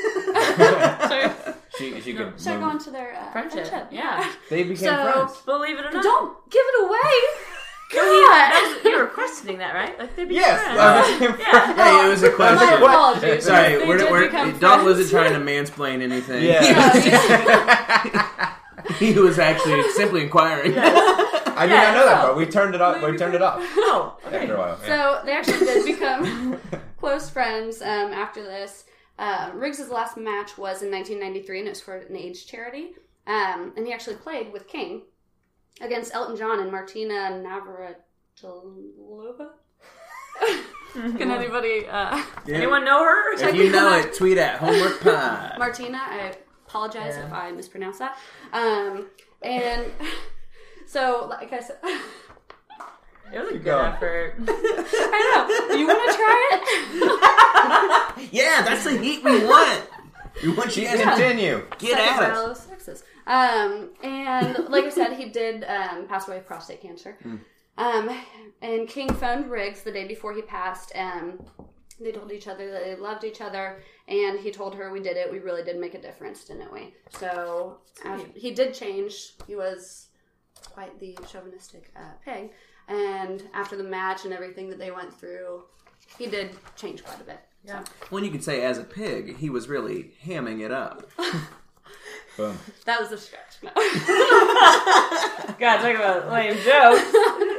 she she could
so
move-
go on to their uh,
Friendship,
*laughs*
yeah.
They became
So-
friends.
Believe it or not,
Don't give it away.
*laughs*
That was-
God.
you were questioning that, right? Like they became
Yes,
friends.
I became
Yeah.
friends.
Hey,
*laughs*
it was a
My
question.
apologies.
Sorry, *laughs*
They
we're,
did
we're,
become
Dalton
friends.
wasn't trying to mansplain anything. *laughs*
*laughs* Yeah.
he was actually simply inquiring.
I did
Yeah,
not know that,
Oh.
so- *laughs*
but we turned it off. We turned it off
No, okay.
after a while. Yeah. *laughs*
So they actually did become close friends um, after this. Uh, Riggs' last match was in 1993, and it was for an AIDS charity. Um, and he actually played with King against Elton John and Martina Navratilova. Can anybody? Uh,
Hmm. Anyone know her?
If you know it, tweet at homework pod.
*laughs* Martina, I apologize if I mispronounce that. Um, and *laughs* so, like I said, *laughs* I
It was a good
going.
effort.
know. You want to try it?
yeah, that's the heat we want. We want you guys to
Continue.
get
Second
at us.
battle of sexes. Um, and like I said, he did um, pass away of prostate cancer. Um, and King phoned Riggs the day before he passed. Um, they told each other that they loved each other, and he told her, "We did it. We really did make a difference, didn't we?" So af- he did change. He was quite the chauvinistic uh, pig. And after the match and everything that they went through, he did change quite a bit.
Yeah.
When you could say as a pig, he was really hamming it up.
Boom.
That was a stretch. *laughs* No.
*laughs* God, talk about lame jokes.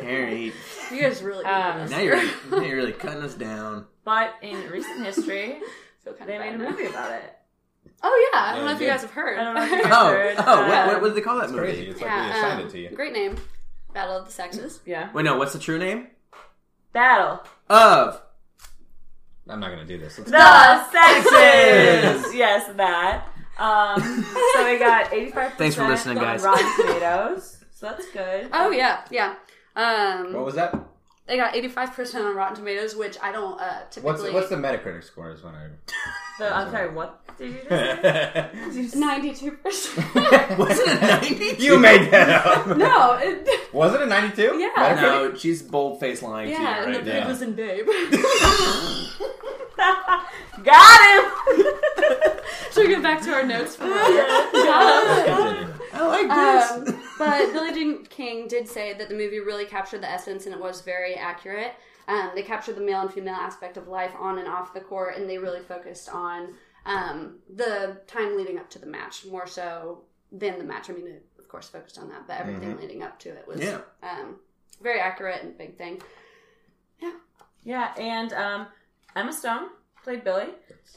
Harry,
you guys really.
Um,
now
*laughs*
*laughs*
you're now you're really cutting us down.
But in recent history,
feel kinda
they
bad
made a
now.
movie about it.
Oh yeah, I
Yeah,
don't know if
they
you
did.
guys have heard.
I don't know
*laughs*
if you guys-
Oh,
Third,
oh, what,
um,
what was they call that movie?
Crazy. It's like they
yeah,
assigned
um,
it to you.
great name, Battle of the Sexes.
Yeah.
Wait, no, what's the true name
Battle.
of?
I'm not gonna do this. Let's
The sexes. yes, that. Um, so we got 85%
*laughs* Thanks for listening,
on
guys.
Rotten Tomatoes. So that's good.
Oh yeah, yeah.
What
Um,
was that?
they got eighty-five percent on Rotten Tomatoes, which I don't uh,
What's
typically.
what's the Metacritic score? Is when
*laughs*
*laughs*
The, I'm sorry, what did you just say?
I.
*laughs*
ninety-two
*laughs*
percent?
Was it a ninety?
you made that up.
No, it,
*laughs* Was it a 92?
Yeah.
Metacritic?
No, she's bold face lying to you
*laughs* yeah,
right
and the pig
yeah.
was in Babe.
*laughs* Got him! *laughs*
so we get back to our notes. For
Continue.
I like this.
Um, but Billie Jean King did say that the movie really captured the essence and it was very accurate. Um, they captured the male and female aspect of life on and off the court, and they really focused on um, the time leading up to the match more so than the match. I mean, it, of course, focused on that, but everything
Mm-hmm.
leading up to it
*laughs*
was
Yeah.
um, very accurate and big thing.
Yeah, and um, Emma Stone played Billy,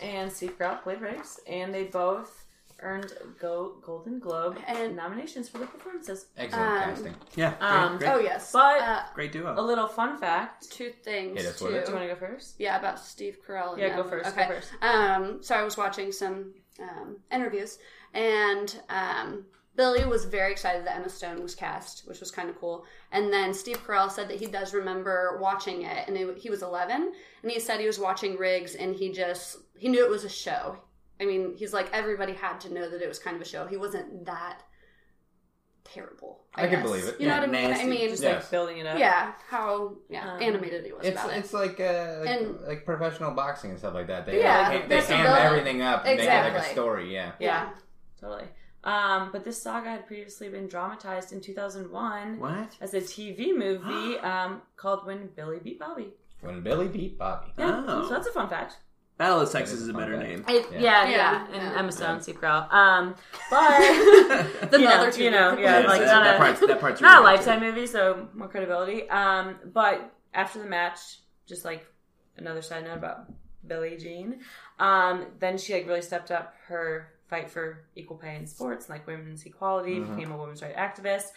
and Steve Carell played Riggs, and they both earned Go- Golden Globe
And-
nominations for the performances.
Excellent
Um,
casting.
yeah, great,
um,
great,
Oh yes,
But-
uh,
great
A
duo.
little fun fact.
two things.
Hit us
too.
with it.
Do you want to go first?
Yeah, about Steve Carell. and
Yeah, go
them.
first, go first.
Um, so I was watching some um, interviews, and um, Billy was very excited that Emma Stone was cast, which was kind of cool. And then Steve Carell said that he does remember watching it, and it, he was 11, and he said he was watching Riggs, and he just he knew it was a show. I mean, he's like everybody had to know that it was kind of a show. He wasn't that terrible. I,
I can
guess.
believe it.
You
Yeah,
know what I mean? I
nasty.
mean,
Just
Yeah.
like building it up.
yeah, how yeah
Um,
animated he was
It's
about it.
it's like uh, like,
And-
like professional boxing and stuff like that. They
Yeah,
they, they
that's
ham
ability.
everything up and make it like a
Exactly.
story. Yeah.
*laughs*
Yeah, totally. Um, but this saga had previously been dramatized in 2001
What?
as a
*gasps*
TV movie um, called When Billy Beat Bobby.
When Billy beat Bobby.
Yeah,
Oh.
so that's a fun fact.
Battle of the Sexes is a
fun
better
fact.
name.
It,
Yeah.
yeah, yeah,
Yeah.
and
Yeah.
Emma Stone, Steve Carell. Um,
*laughs*
*laughs*
but
Then
You
the
know,
other two
you know,
people.
yeah,
Yeah,
like,
that,
not
that
a-
part's that part's
*laughs* not a
really
lifetime movie, so more credibility. Um, but after the match, just like another side note about Billie Jean, um, then she like really stepped up her fight for equal pay in sports, like women's equality, became a women's rights activist,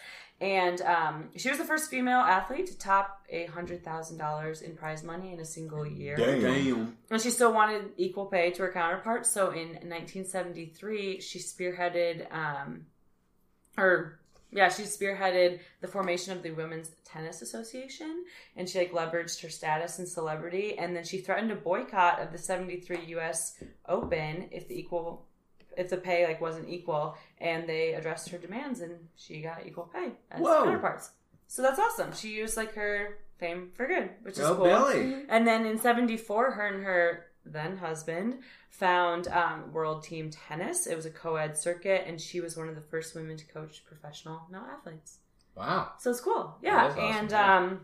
and um, she was the first female athlete to top a hundred thousand dollars in prize money in a single year.
good. Damn.
And she still wanted equal pay to her counterparts. So in 1973, she spearheaded, um, or yeah, she spearheaded the formation of the Women's Tennis Association, and she like leveraged her status and celebrity, and then she threatened a boycott of the 73 U.S. Open if the equal, if the pay like wasn't equal, and they addressed her demands, and she got equal pay as
Whoa.
counterparts. So that's awesome. She used like her fame for good, which is
Go
cool.
Billy.
And then in 74, her and her then husband found um, World Team Tennis. It was a co ed circuit, and she was one of the first women to coach professional male athletes.
Wow.
So it's cool.
That
Yeah.
is awesome,
and
yeah.
um,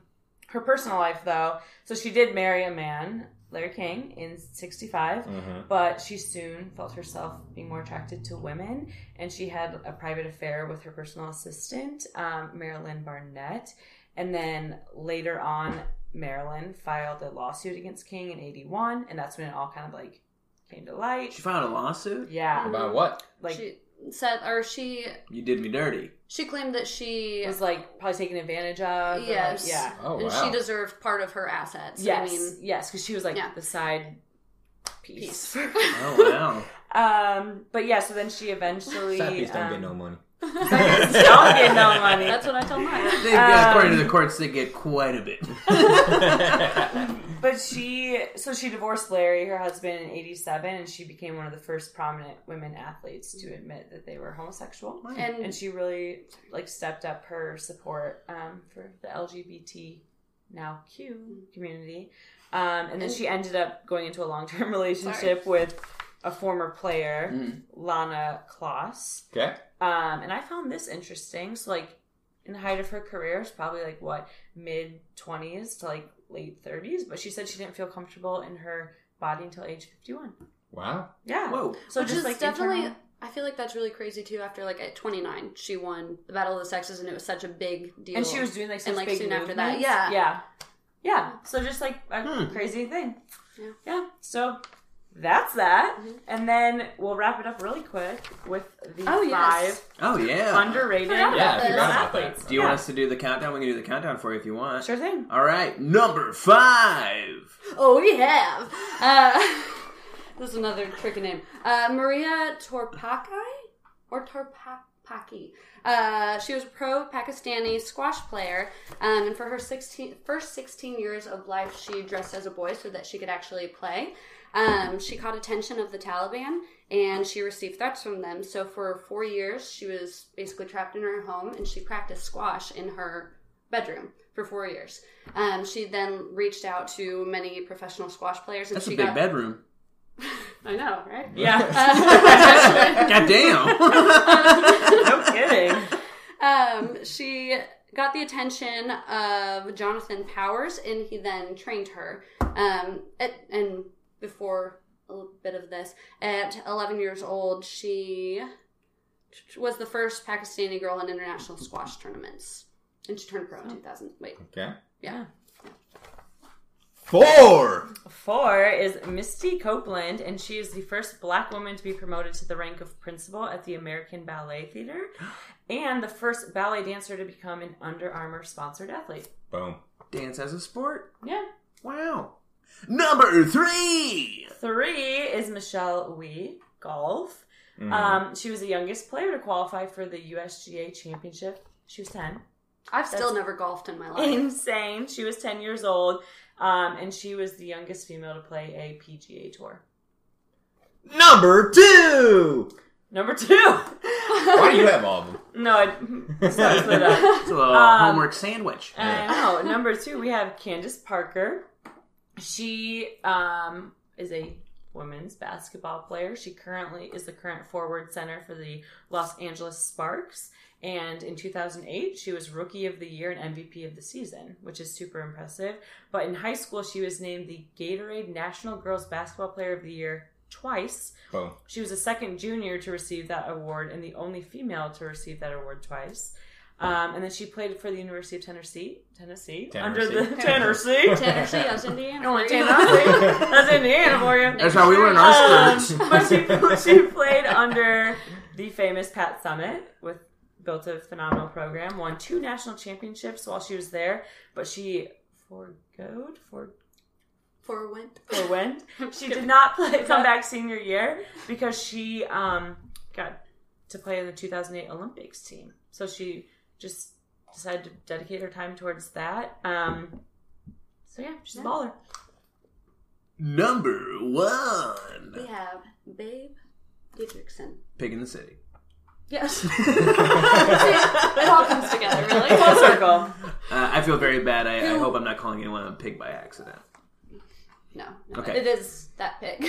her personal life, though, so she did marry a man, Larry King, in 65
Um,
Mm-hmm.
but she soon felt herself being more attracted to women and she had a private affair with her personal assistant um, marilyn barnett and then later on Maryland filed a lawsuit against King in 81, and that's when it all kind of like came to light.
She filed a lawsuit.
Yeah.
About what?
Like,
Mm, she said, or she
You did me dirty.
she claimed that she
it was like probably taken advantage of. or, like,
Yes.
yeah.
Oh
and
wow.
she deserved part of her assets.
Yes. *laughs*
I mean,
yes. Because she was like
Yeah.
the side
Piece.
piece.
Oh wow.
*laughs* um, but yeah, so then she eventually.
Sad piece don't
um,
get no money.
don't get no money.
that's what I tell mine.
They, according
Um,
to the courts, they get quite a bit.
*laughs*
*laughs*
But she, so she divorced Larry, her husband, in '87, and she became one of the first prominent women athletes to admit that they were homosexual. *laughs* And
And
she really like stepped up her support um, for the LGBT now Q community. Um, and then she ended up going into a long *laughs* term relationship with a former player,
Mm.
Lana Kloss.
Okay.
Um, and I found this interesting. So, like, in the height of her career, it's probably like what mid twenties to like late thirties. But she said she didn't feel comfortable in her body until age fifty-one.
Wow.
Yeah.
Whoa.
So
which
just
is
like
definitely.
internal-
I feel like that's really crazy too. After like at 29, she won the Battle of the Sexes, and it was such a big deal.
and she was doing like such
And, like,
big
soon after that,
movements.
yeah.
yeah, yeah. So just like a
Hmm.
crazy thing.
Yeah.
So that's that,
Mhm.
and then we'll wrap it up really quick with the
Oh,
five
yes.
Oh yeah.
underrated.
Forgot
Yeah, I
Yes.
forgot about
Athletes.
that.
Do you
Yeah.
want us to do the countdown? We can do the countdown for you if you *laughs* want.
Sure thing.
All right, number five.
Oh, we have. Uh, *laughs* this is another tricky name. Uh, Maria Torpakai or Torpaki. Uh, she was a pro Pakistani squash player, um, and for her 16, first 16 years of life, she dressed as a boy so that she could actually play. Um, she caught attention of the Taliban and she received threats from them. So, for four years, she was basically trapped in her home and she practiced squash in her bedroom for four years. Um, she then reached out to many professional squash players. And
That's a
she
big
got,
bedroom.
*laughs*
I know, right?
Yeah.
*laughs*
*laughs*
Uh,
God damn.
no kidding.
um, she got the attention of Jonathan Powers, and he then trained her. Um, at, and before a little bit of this, at 11 years old, she was the first Pakistani girl in international squash tournaments, and she turned pro in 2000. Wait,
Okay.
yeah,
Four.
Four is Misty Copeland, and she is the first black woman to be promoted to the rank of principal at the American Ballet Theater and the first ballet dancer to become an Under Armour sponsored athlete.
Boom.
Dance as a sport?
Yeah.
Wow. Number three.
Three is Michelle Wee, golf.
Mhm.
Um, she was the youngest player to qualify for the USGA championship. She was 10.
I've still never golfed in
*laughs*
my life.
Insane. She was 10 years old, um, and she was the youngest female to play a PGA tour.
Number two.
Number two.
Why do you have all of them?
no, I, *laughs* it's not split up.
*laughs* It's a little
Um,
homework sandwich.
I know. oh, Number two, we have Candace Parker. She um, is a women's basketball player. She currently is the current forward center for the Los Angeles Sparks. And in 2008, she was Rookie of the Year and MVP of the season, which is super impressive. But in high school, she was named the Gatorade National Girls Basketball Player of the Year twice.
Boom.
She was the second junior to receive that award and the only female to receive that award twice. Um, and then she played for the University of Tennessee, Tennessee, under the *laughs* Tennessee.
Tennessee, I was Indiana.
No,
Were
in
you?
Tennessee. That's Indiana for you.
That's how we learn our skirts.
Um, but she, she played under the famous Pat Summit with built a phenomenal program. Won two national championships while she was there, but she forgoed for
For went.
or when *laughs* she did not play come back senior year because she um got to play in the 2008 Olympics team. So she just decided to dedicate her time towards that. Um, so yeah, she's a baller.
Number one.
We have Babe Dietrichson.
Pig in the *laughs* city.
Yes. it all comes together,
*laughs* Full
really.
circle.
Uh, I feel very bad. I, I hope I'm not calling anyone a pig by *laughs* accident.
No.
Okay.
It is that big.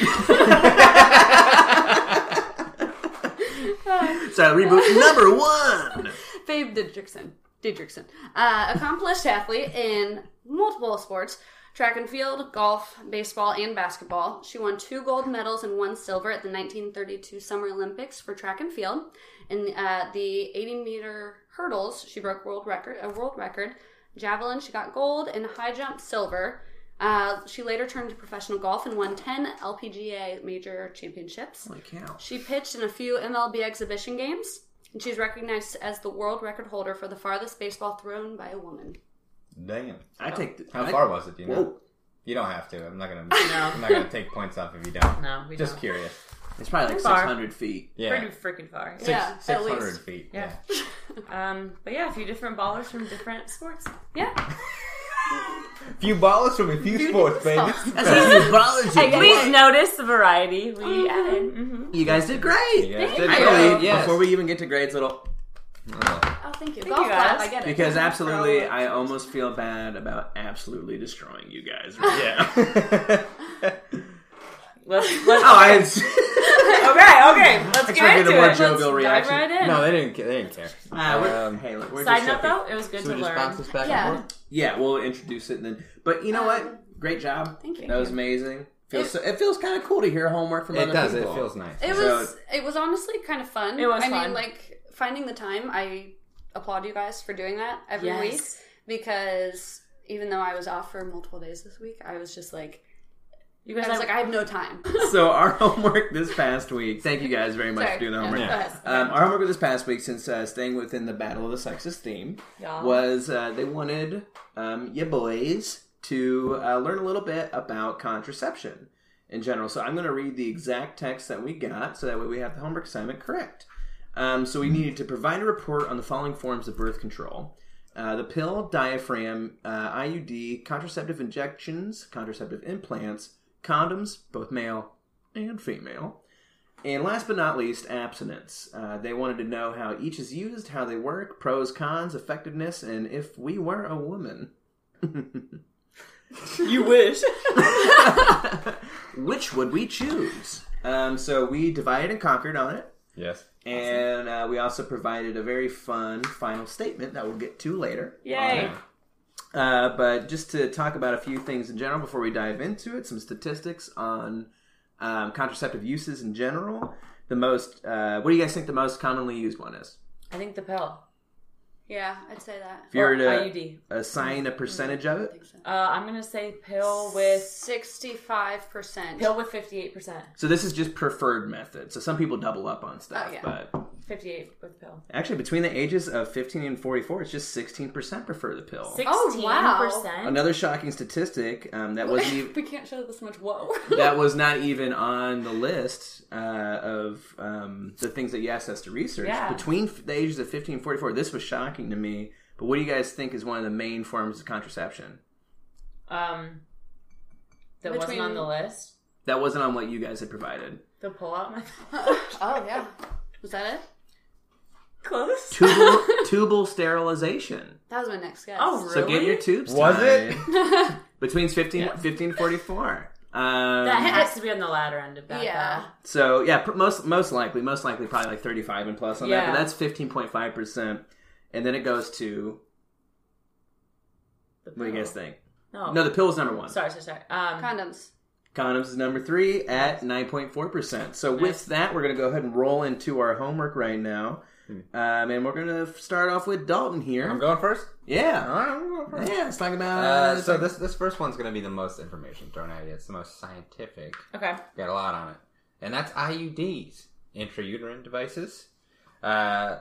So reboot number one.
*laughs* Babe Didrikson. Didrikson. Uh, accomplished athlete in multiple sports track and field, golf, baseball, and basketball. She won two gold medals and one silver at the 1932 Summer Olympics for track and field. In uh, the 80 meter hurdles, she broke world record a world record. javelin, she got gold, and high jump, silver. Uh, she later turned to professional golf and won 10 LPGA major championships.
Holy cow.
She pitched in a few MLB exhibition games, and she's recognized as the world record holder for the farthest baseball thrown by a woman.
Damn.
I take the,
How
I-
far was it? Do you know?
Whoa.
You don't have to. I'm not gonna. I'm not gonna take points off if you don't.
No, we
Just
don't.
curious.
It's probably like
How far?
600
*laughs*
feet.
Yeah.
Pretty freaking far.
Six,
Yeah, at
600
least.
feet.
Yeah. Um, but yeah, a few different ballers from different sports.
Yeah.
Few ballers from a few sports, baby.
sports.
It's the
That's
best.
easy biology.
Hey,
Please
Please
notice the variety we added. Mm-hmm.
You guys did great.
You guys
did
I
great.
really-
Yes.
Before we even get to grades, little
Oh,
Oh, thank you.
Thank
golf
you,
clap,
guys.
I get it.
because absolutely,
Oh,
I almost feel bad about absolutely destroying you
*laughs*
guys. *laughs* Oh, Yeah.
yeah. *laughs*
*laughs* Let's, let's,
oh, I.
okay, okay. Let's
I
get
expected
into
a more
it.
jovial
dive
reaction.
right in.
no, they didn't. ca- They didn't care.
*laughs* Uh, we're,
Um,
hey, look, we're
Side
just
note,
happy.
though, it was good to learn.
back
Yeah.
Yeah, we'll introduce it then. But you know what? Great job.
Um, Thank you.
That was amazing. Feels
It-
so, it feels kind of cool to hear homework from
It
other
does. It
people.
feels nice.
It
So-
was it was honestly kind of fun.
It was
I
fun.
mean, like finding the time. I applaud you guys for doing that every week
Yes.
because even though I was off for multiple days this week, I was just like
You
I
guys
was
like,
like I have
*laughs*
no time.
*laughs* so our homework this past week. Thank you guys very much
Sorry.
for doing the
Yeah,
homework.
go ahead.
Um, our homework this past week, since uh, staying within the Battle of the Sexes theme,
Yeah.
was uh, they wanted um, you boys to uh, learn a little bit about contraception in general. So I'm going to read the exact text that we got so that way we have the homework assignment correct. Um, so we needed to provide a report on the following forms of birth control. Uh, the pill, diaphragm, uh, IUD, contraceptive injections, contraceptive implants, condoms, both male and female, and last but not least, abstinence. Uh, they wanted to know how each is used, how they work, pros, cons, effectiveness, and if we were a woman.
*laughs* you wish.
*laughs* Which would we choose? Um, so we divided and conquered on it.
Yes.
And uh, we also provided a very fun final statement that we'll get to later.
Yay.
Yeah.
Uh, but just to talk about a few things in general before we dive into it, some statistics on um, contraceptive uses in general. The most, uh, what do you guys think the most commonly used one is?
I think the pill.
Yeah, I'd say that.
If you were
Or
to
IUD.
assign a percentage of
I
it,
think so.
Uh, I'm gonna say pill with
Sixty-five percent. *laughs*
pill with 58 percent.
so this is just preferred method. So some people double up on stuff,
Oh, yeah.
but
58 with pill.
actually between the ages of 15 and 44, it's just 16% prefer the pill.
16
Oh, wow.
percent.
Another shocking statistic um, that
*laughs*
wasn't even,
we can't show this much. Whoa.
that was not even on the list uh, of um, the things that you asked us to research.
Yeah.
Between f- the ages of 15 and 44, this was shocking to me. But what do you guys think is one of the main forms of contraception?
Um, that wasn't
Between-
on the list.
That wasn't on what you guys had provided.
The pull out my
*laughs*
*laughs*
oh yeah. Was that it?
clothes. *laughs*
Tubal, tubal sterilization.
That was my next guess.
Oh, really?
So get your tubes
Was
tied.
it?
*laughs*
Between 15, 15 and 44. Um,
that has to be on the latter end of that.
Yeah.
So yeah, pr- most most likely, most likely, probably like thirty five and plus on that.
Yeah.
But that's fifteen point five percent, and then it goes to
though. The
what do you
pill.
guys think?
No.
No, the pill is number one.
Sorry, sorry, sorry. Um,
Condoms.
Condoms is number three at nine point four percent. So
Nice.
with that, we're gonna go ahead and roll into our homework right now, um, and we're gonna start off with Dalton
Hmm. I'm
here.
going first.
Yeah,
Alright, I'm going first.
yeah, let's talk about.
Uh, so this this first one's gonna be the most information thrown at you. It's the most scientific.
okay.
Got a lot on it, and that's IUDs, intrauterine devices, uh,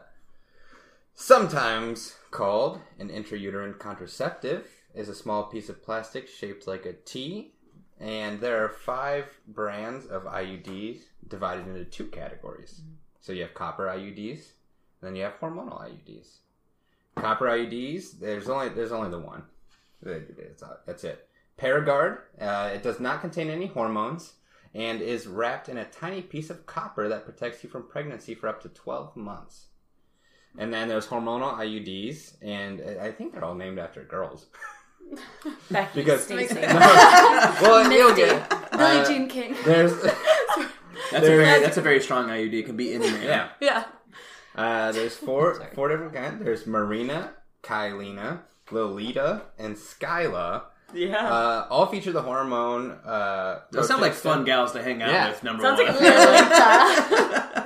sometimes called an intrauterine contraceptive, is a small piece of plastic shaped like a T, and there are five brands of IUDs divided into two categories. So you have copper IUDs, and then you have hormonal IUDs. Copper IUDs, there's only there's only the one. That's that's it. Paragard, uh, it does not contain any hormones and is wrapped in a tiny piece of copper that protects you from pregnancy for up to 12 months. And then there's hormonal IUDs, and I I think they're all named after girls. *laughs*
Becky
Because-
Stacy. *laughs*
*laughs*
well, you'll
Nifty.
get-
Billie
uh,
Jean King. *laughs*
There's
that's, a
there-
very, that's a very strong IUD. It can be any man.
yeah.
Yeah.
Uh, there's four four different kinds. There's Marina, Kylina, Lolita, and Skyla.
yeah.
Uh, all feature the hormone. Uh,
Those sound like
progesterone-
fun gals to hang out
Yeah.
with. Number
Sounds
one.
like
*laughs*
a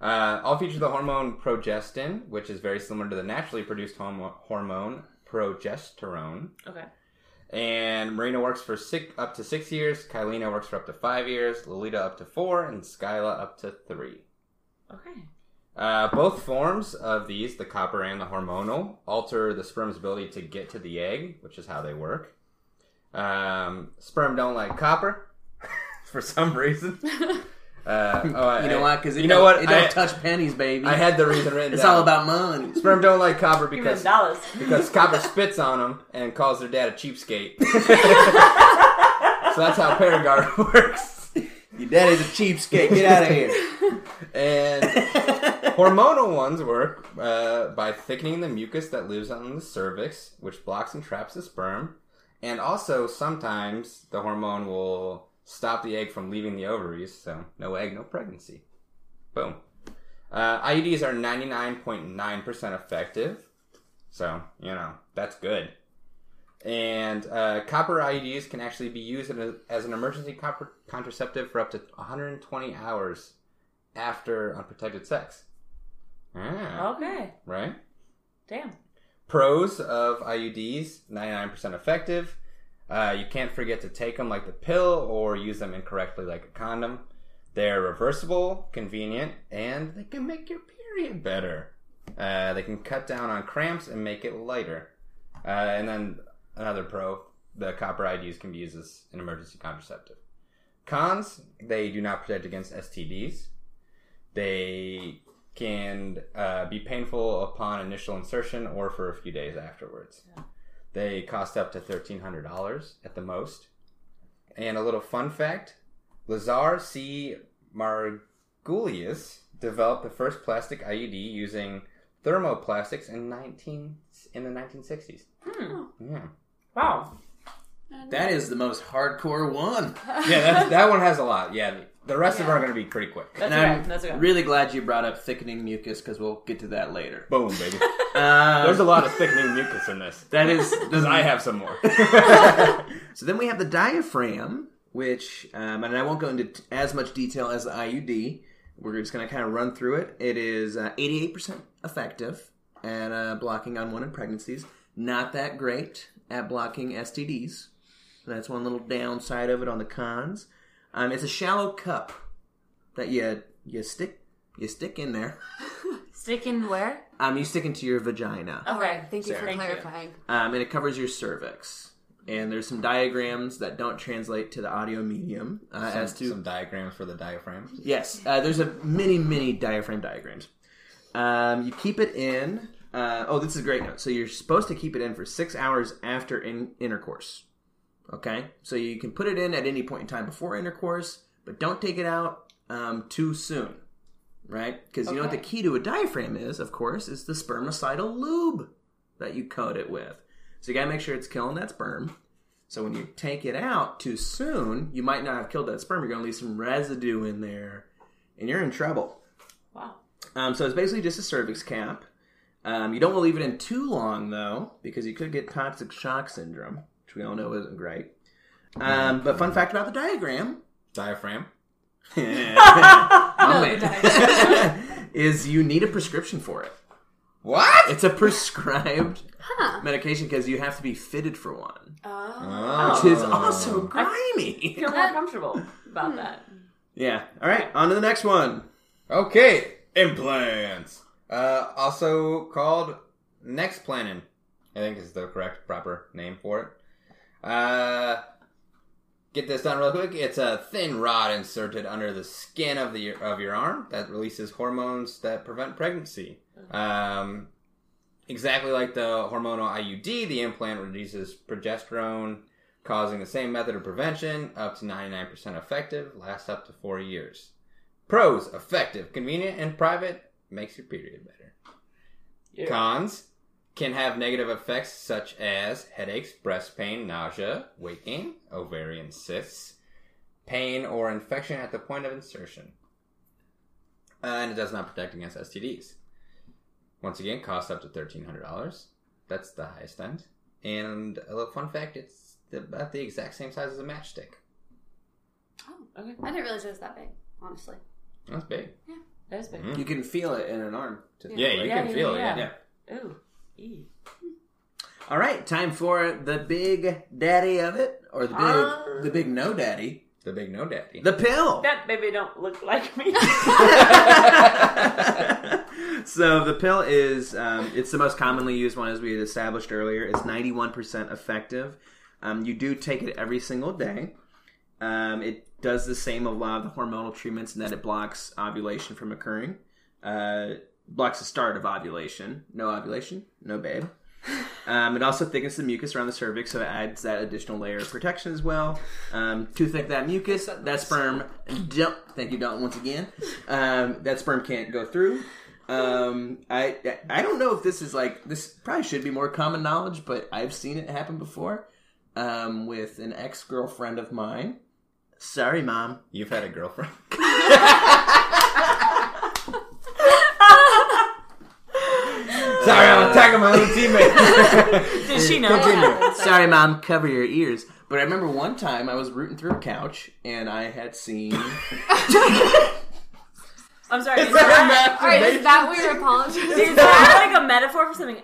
Uh, all feature the hormone progestin, which is very similar to the naturally produced homo- hormone progesterone.
Okay.
And Marina works for six, up to six years. Kylina works for up to five years. Lolita up to four, and Skyla up to three.
Okay.
Uh, both forms of these, the copper and the hormonal, alter the sperm's ability to get to the egg, which is how they work. Um, sperm don't like copper *laughs* for some reason. Uh, oh,
you know why? Because
you know what?
It don't
I-
touch pennies, baby.
I had the reason written
*laughs* it's
down.
all about money.
sperm don't like copper
Give me
because
them dollars.
*laughs* because Copper spits on them and calls their dad a cheapskate. so that's how Paragard *laughs* works.
Your daddy's a cheapskate. Get out of here.
And hormonal ones work uh, by thickening the mucus that lives on the cervix, which blocks and traps the sperm. And also, sometimes the hormone will stop the egg from leaving the ovaries, so no egg, no pregnancy. Boom. Uh, IUDs are 99.9% effective, so, you know, that's good. And uh, copper IUDs can actually be used in a, as an emergency copper contraceptive for up to 120 hours after unprotected sex. Ah,
Okay.
Right?
Damn.
Pros of IUDs 99% effective. Uh, you can't forget to take them like the pill or use them incorrectly like a condom. They're reversible, convenient, and they can make your period better. Uh, they can cut down on cramps and make it lighter. Uh, and then another pro the copper IUDs can be used as an emergency contraceptive. Cons they do not protect against STDs. They can uh, be painful upon initial insertion or for a few days afterwards. They cost up to $1,300 at the most. And a little fun fact Lazar C. Margulies developed the first plastic IUD using thermoplastics in 19 in the 1960s.
Hmm.
Yeah.
Wow.
*laughs* That is the most hardcore one.
Yeah, that's, that one has a lot. Yeah. The rest of them are
Yeah.
going to be pretty quick.
That's
and I'm
okay. That's okay.
really glad you brought up thickening mucus because we'll get to that later.
*laughs*
Boom, baby.
Um,
There's a lot of thickening mucus in this.
That
*laughs*
is.
Because I have some *laughs* more.
*laughs* So then we have the diaphragm, which, um, and I won't go into t- as much detail as the IUD. We're just going to kind of run through it. It is uh, 88% effective at uh, blocking unwanted pregnancies. Not that great at blocking STDs. So that's one little downside of it on the cons. Um, it's a shallow cup that you you stick you stick in there. *laughs*
Sticking where?
Um, you stick into your vagina.
Okay.
Thank you
Sarah.
for
Thank
clarifying.
um, and it covers your cervix. And there's some diagrams that don't translate to the audio medium uh, as to
some diagrams for the diaphragm.
yes, uh, there's a many many diaphragm diagrams. Um, you keep it in. Uh, oh, this is a great note. So you're supposed to keep it in for six hours after in- intercourse. Okay, so you can put it in at any point in time before intercourse, but don't take it out um, too soon, right? Because you know what the
Okay.
key to a diaphragm is, of course, is the spermicidal lube that you coat it with. So you gotta make sure it's killing that sperm. So when you take it out too soon, you might not have killed that sperm. You're gonna leave some residue in there, and you're in trouble.
Wow.
Um, so it's basically just a cervix cap. Um, you don't want to leave it in too long though, because you could get toxic shock syndrome, which we all know isn't great. Um, but fun fact about the diagram *laughs*
Diaphragm. *laughs*
Oh,
*laughs* the
man. *laughs* is you need a prescription for it.
What?
It's a prescribed
Huh.
medication because you have to be fitted for one,
Oh.
Oh.
which is also grimy.
Feel more comfortable about that.
yeah. All right, on to the next one.
Okay, implants. Uh, also called next planning, I think is the correct proper name for it. Uh, get this done real quick. It's a thin rod inserted under the skin of the of your arm that releases hormones that prevent pregnancy. Um, exactly like the hormonal IUD, the implant reduces progesterone, causing the same method of prevention, up to ninety nine percent effective, lasts up to four years. Pros: effective, convenient, and private. Makes your period better.
Yeah.
Cons: can have negative effects such as headaches, breast pain, nausea, weight gain, ovarian cysts, pain or infection at the point of insertion. Uh, and it does not protect against STDs. Once again, costs up to thirteen hundred dollars. That's the highest end. And a little fun fact: it's about the exact same size as a matchstick.
Okay.
I didn't realize it was that big, honestly.
That's big.
That is big.
Mhm.
You can feel it in an arm.
Yeah, you
Yeah,
can
yeah,
feel
yeah.
it. Yeah.
Ooh. E.
All right, time for the big daddy of it, or the big,
Uh.
the big no daddy,
The big no daddy.
the pill.
That baby don't look like *laughs* me.
*laughs* so the pill is um, it's the most commonly used one as we had established earlier it's 91% effective um, you do take it every single day um, it does the same of a lot of the hormonal treatments in that it blocks ovulation from occurring uh, blocks the start of ovulation no ovulation no babe um, it also thickens the mucus around the cervix, so it adds that additional layer of protection as well. Um, to thick that mucus, that sperm don't. Thank you, Dalton, once again. Um, that sperm can't go through. Um, I I don't know if this is like this probably should be more common knowledge, but I've seen it happen before um, with an ex girlfriend of mine. Sorry, mom.
You've had a girlfriend. *laughs* Sorry, I'm attacking my own teammate.
Did she know?
Yeah.
Sorry, mom. Cover your ears. But I remember one time I was rooting through a couch and I had seen.
I'm sorry.
that
Is that,
a
All right, is that what
*laughs*
you're apologizing? *laughs*
is that like a metaphor for something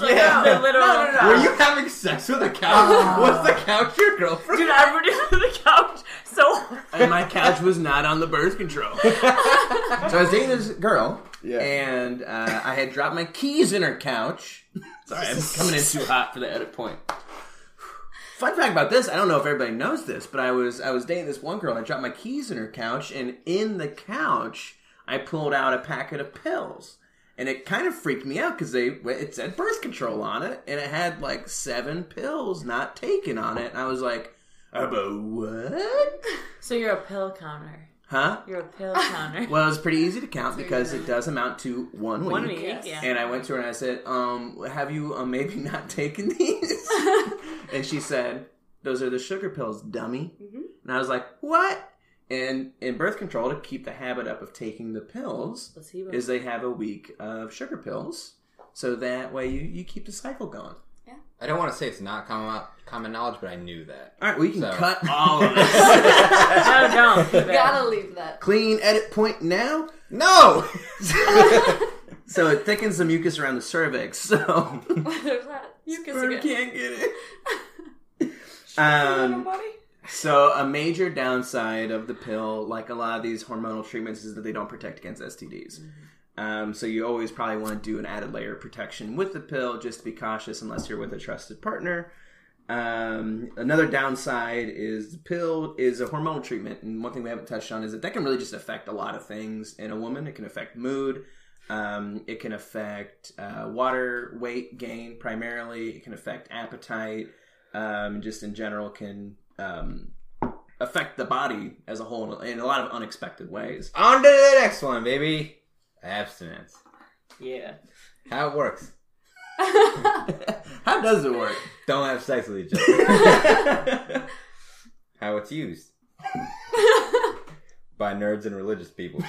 *laughs*
Like
Yeah.
the literal.
No, no, no.
Were you having sex with a couch? Was the couch your girlfriend?
Dude, I rooted for the couch so
and my couch was not on the
*laughs*
birth control. so I was dating this girl,
Yeah.
and uh, I had dropped my keys in her couch. *laughs* Sorry, I'm coming in too hot for the edit point. Fun fact about this, I don't know if everybody knows this, but I was I was dating this one girl. and I dropped my keys in her couch, and in the couch, I pulled out a packet of pills. And it kind of freaked me out because they it said birth control on it, and it had like seven pills not taken on it. And I was like, "About what?
So you're a pill counter.
Huh?
You're a *laughs* pill counter.
Well, it's pretty easy to count because it does amount to one week.
One week,
Yes.
yeah.
And I went to her and I said, um, "Have you uh, maybe *laughs* not taken these?" and she said, "Those are the sugar pills, dummy." And I was like, "What?" And in birth control, to keep the habit up of taking the pills,
Placebo.
is they have a week of sugar pills, so that way you, you keep the cycle going.
I don't want to say it's not common common knowledge, but I knew that.
All right, we can
So-
cut all *laughs* of this.
*laughs* no, don't. Too bad.
Gotta leave that. *laughs*
Clean edit point now.
No. *laughs*
So it thickens the mucus around the cervix. So
There's that. You kiss
Sperm
again.
can't get it. um, so a major downside of the pill, like a lot of these hormonal treatments, is that they don't protect against STDs. Um, so you always probably want to do an added layer of protection with the pill, just to be cautious, unless you're with a trusted partner. Um, another downside is the pill is a hormonal treatment, and one thing we haven't touched on is that that can really just affect a lot of things in a woman. It can affect mood. Um, it can affect uh, water weight gain primarily. It can affect appetite. Um, just in general, can um, affect the body as a whole in a lot of unexpected ways.
On to the next one, baby. Abstinence.
Yeah.
How it works.
*laughs* How does it work? *laughs*
Don't have sex with each other. How it's used by nerds and religious people.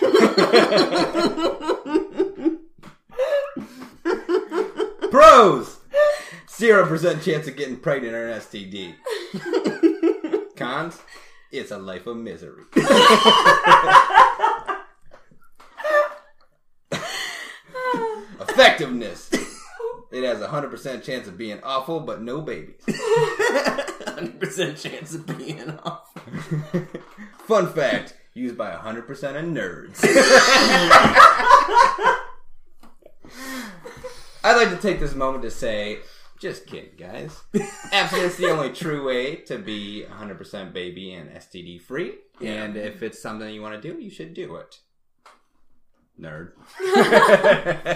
Pros: zero percent chance of getting pregnant or an STD. Cons: it's a life of misery. Effectiveness: it has a hundred percent chance of being awful, but no babies.
100% chance of being off.
*laughs* Fun fact: used by hundred percent of
*laughs*
nerds. I'd like to take this moment to say, just kidding, guys. Abstinence is the only true way to be 100% baby and STD free. And if it's something you want to do, you should do it. Nerd.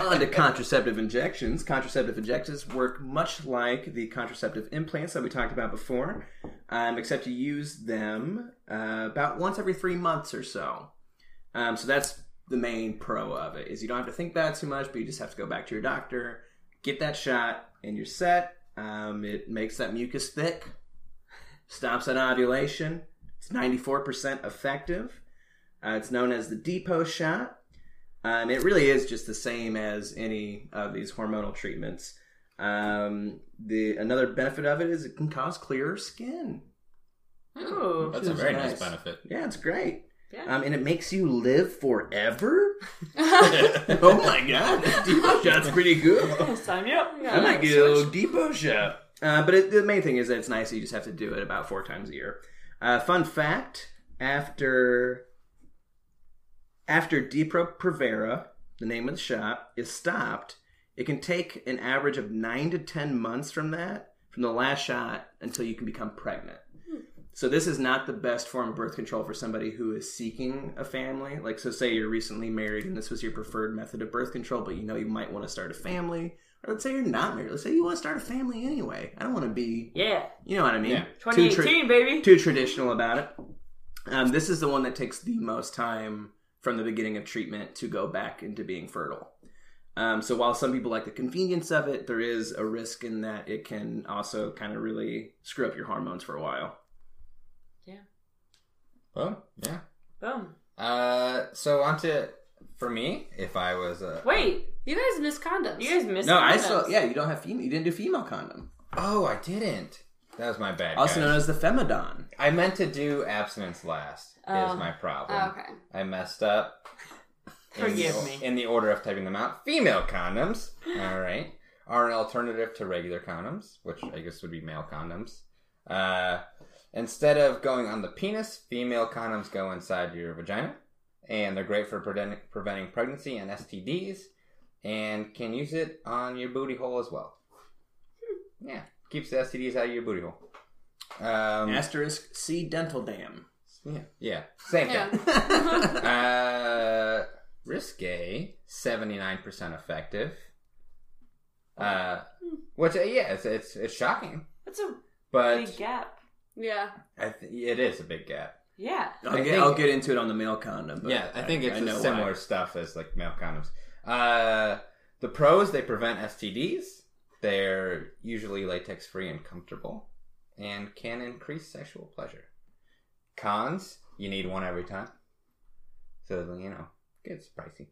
On to contraceptive injections. Contraceptive injections work much like the contraceptive implants that we talked about before, um, except you use them uh, about once every three months or so. Um, so that's the main pro of it is you don't have to think about it too much, but you just have to go back to your doctor, get that shot, and you're set. Um, it makes that mucus thick, stops at ovulation. It's 94% effective. Uh, it's known as the depot shot. Um, it really is just the same as any of these hormonal treatments. Um, the another benefit of it is it can cause clearer skin.
Ooh.
That's a very nice benefit. Yeah, it's great.
Yeah.
*laughs* Um, and it makes you live forever. *laughs*
*laughs*
oh my god, that depot shot's pretty good.
Sign me up.
I might go depot shot. Uh, but it, the main thing is that it's nice. You just have to do it about four times a year. Uh, fun fact: after after Depo-Provera, the name of the shop, is stopped, it can take an average of nine to ten months from that, from the last shot, until you can become pregnant. So this is not the best form of birth control for somebody who is seeking a family. Like, so say you're recently married and this was your preferred method of birth control, but you know you might want to start a family. Or let's say you're not married. Let's say you want to start a family anyway. I don't want to be,
Yeah.
you know what I mean?
Yeah.
Too tra-
2018, baby.
too traditional about it. Um, this is the one that takes the most time from the beginning of treatment to go back into being fertile. Um, so while some people like the convenience of it, there is a risk in that it can also kind of really screw up your hormones for a while.
Well, yeah.
Boom.
Uh, so on to for me, if I was a
Wait,
You guys miss condoms.
you guys missed
No, I
condoms.
still yeah. You don't have female. You didn't do female condom,
oh, I didn't. That was my bad.
also
guys.
known as the femidon.
I meant to do abstinence last.
Oh.
Is my problem.
Oh, okay.
I messed up. in the-
Forgive me.
In the order of typing them out, female condoms. All right, are an alternative to regular condoms, which I guess would be male condoms. Uh, instead of going on the penis, female condoms go inside your vagina, and they're great for prevent- preventing pregnancy and STDs, and can use it on your booty hole as well. Yeah, keeps the STDs out of your booty hole. Um,
Asterisk C
*laughs*
dental dam.
yeah, yeah, same thing.
Yeah.
Uh, risque, seventy nine percent effective. Uh, which uh, yeah, it's, it's it's shocking,
That's a big
but
gap.
Yeah.
I th- it is a big gap.
Yeah.
I'll,
I
get,
think-
I'll get into it on the male condom. But
yeah, I think it's
I
the
know
similar
why.
stuff as like male condoms. Uh, the pros: they prevent STDs. They're usually latex free and comfortable, and can increase sexual pleasure. Cons: you need one every time, so you know it's pricey,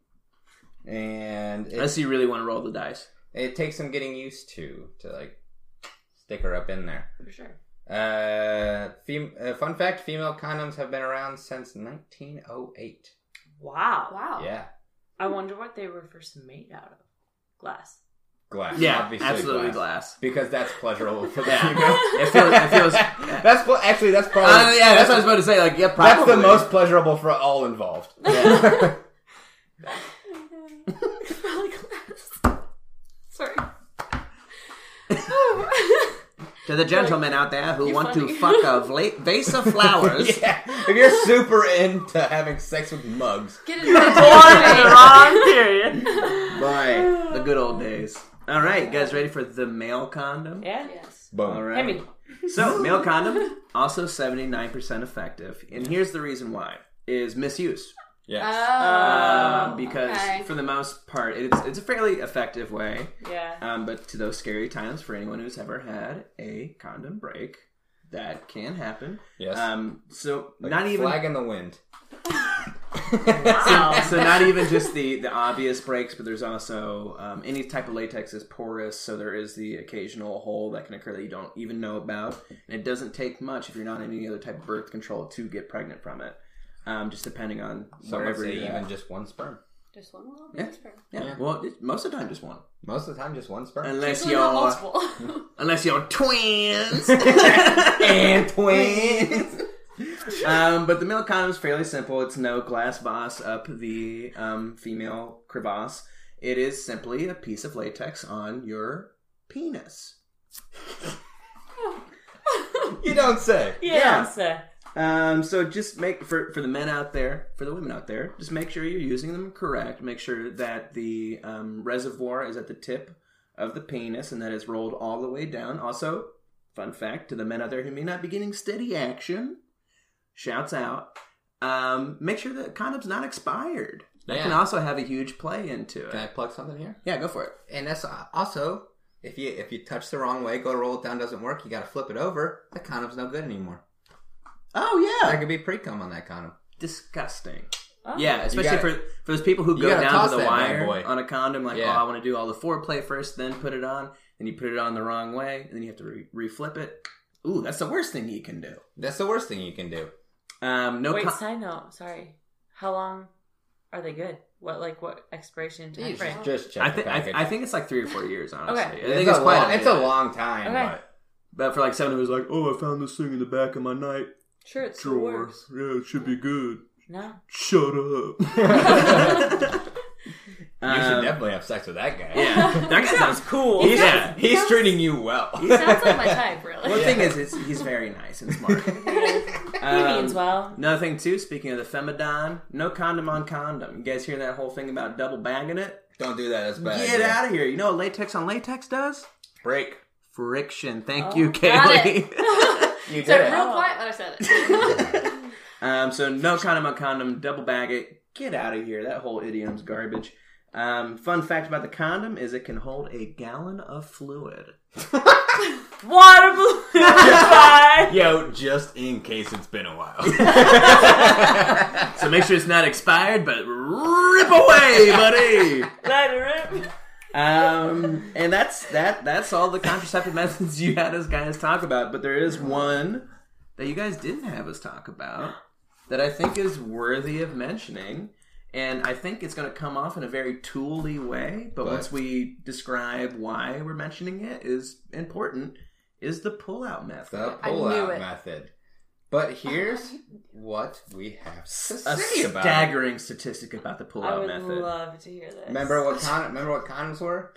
and it,
Unless you really want to roll the dice.
it takes some getting used to to like stick her up in there.
For sure.
Uh, fem- uh, fun fact: female condoms have been around since 1908.
Wow.
Wow.
Oh.
Yeah.
I wonder what they were first made out of. Glass.
glass.
Yeah,
obviously
absolutely glass.
Because that's pleasurable for the
Yeah.
female.
*laughs* It feels- it feels-
that's pl- actually that's probably
Uh, yeah, that's what I was about to say. Like, yeah, probably.
Oh, that's the most pleasurable for all involved.
*laughs* Yeah.
Probably glass. *laughs* Sorry. *laughs* Oh.
To the gentlemen out there who
You're
want
funny.
to fuck a vla- vase of
*laughs*
flowers.
Yeah. If you're super into having sex with mugs,
Get it right.
wrong period.
Bye. The good old days. All right, you guys ready for the male condom?
Yeah.
Yes.
boom.
All
Hit
right.
me.
*laughs*
So, male condom, also 79% effective. And here's the reason why, is misuse.
Yeah.
Uh,
Oh.
Um, because
okay.
for the most part, it's, it's a fairly effective way.
Yeah.
Um, but to those scary times, for anyone who's ever had a condom break, that can happen.
yes.
Um, so
Like
not
a
even
flag in the wind.
Wow.
so not even just the the obvious breaks, but there's also um, any type of latex is porous, so there is the occasional hole that can occur that you don't even know about, and it doesn't take much if you're not on any other type of birth control to get pregnant from it. Um, just depending on
Some would
wherever
say
you're
even
at.
just one sperm.
Just one little
Yeah.
bit. Yeah.
yeah.
yeah.
Well, it, most of the time just one,
Most of the time, just one sperm.
unless
Usually
you're
not *laughs* multiple.
unless you're
*laughs* *laughs*
twins. *laughs*
and twins.
um, but the male condom is fairly simple. It's no glass boss up the um, female crevasse. It is simply a piece of latex on your penis.
you don't say.
Yeah.
Yeah. sir.
Um, so just make for for the men out there, for the women out there, just make sure you're using them correct. Make sure that the um, reservoir is at the tip of the penis and that it's rolled all the way down. Also, fun fact to the men out there who may not be getting steady action, shouts out. Um, make sure that condom's not expired. That
Yeah.
can also have a huge play into it.
Can I plug something here?
Yeah, go for it.
And that's uh, also if you if you touch the wrong way, go to roll it down, doesn't work. You got to flip it over. The condom's no good anymore.
Oh yeah,
That could be pre cum on that condom.
disgusting.
Oh.
Yeah, especially
gotta-
for for those people who
you
go
gotta
down
toss
to the
that bad
wire
boy.
on a condom, like,
Yeah.
oh, I want to do all the foreplay first, then put it on, and you put it on the wrong way, and then you have to re- reflip it. Ooh, that's the worst thing you can do.
That's the worst thing you can do.
Um, no,
Wait,
con-
side note. Sorry. How long are they good? What like what expiration time
You
frame?
just, just check
I
the
think
package.
I, I think it's like three or four years. Honestly,
Okay.
I
it's,
think
a
it's quite.
long, it's a
bit.
long time.
Okay.
But
But for like someone who's like, oh, I found this thing in the back of my night
Sure, it's the
drawer.
worst.
Yeah, it should be good.
No.
Um, Shut
*laughs*
up. *laughs*
you should
Um,
definitely have sex with that guy.
*laughs*
Yeah, that guy sounds
cool.
He's,
Yeah.
*laughs* he's treating you well.
Sounds like my type,
One
really.
thing is, it's, he's very nice and
*laughs*
smart.
he
Um,
means well.
Another thing too. Speaking of the femidon, no condom on condom. You guys hear that whole thing about double bagging it?
Don't do that. That's a bad.
Get
idea.
out of here! You know what latex on latex does?
Break.
Friction. Thank
Oh,
you,
got
Kaylee.
*laughs*
You did
So
it.
real quiet, but I said it.
*laughs* um, so no condom on condom. Double bag it. Get out of here. That whole idiom's garbage. Um, fun fact about the condom is it can hold a gallon of fluid.
Water balloon. *laughs* Bye.
Yo, just in case it's been a *laughs* while.
So make sure it's not expired, but rip away, *laughs* buddy.
Let it rip.
Um, and that's that. That's all the contraceptive *laughs* methods you had us guys talk about. But there is one that you guys didn't have us talk about that I think is worthy of mentioning, and I think it's going to come off in a very tooly way. But
What?
once we describe why we're mentioning it, is important. Is the pull-out
the
method?
I knew
pull-out
it.
method. But
*laughs*
here's what we have to
A
say about it.
staggering statistic about the
I
pull-out
would
method.
love to hear this.
Remember what con- remember what condoms were?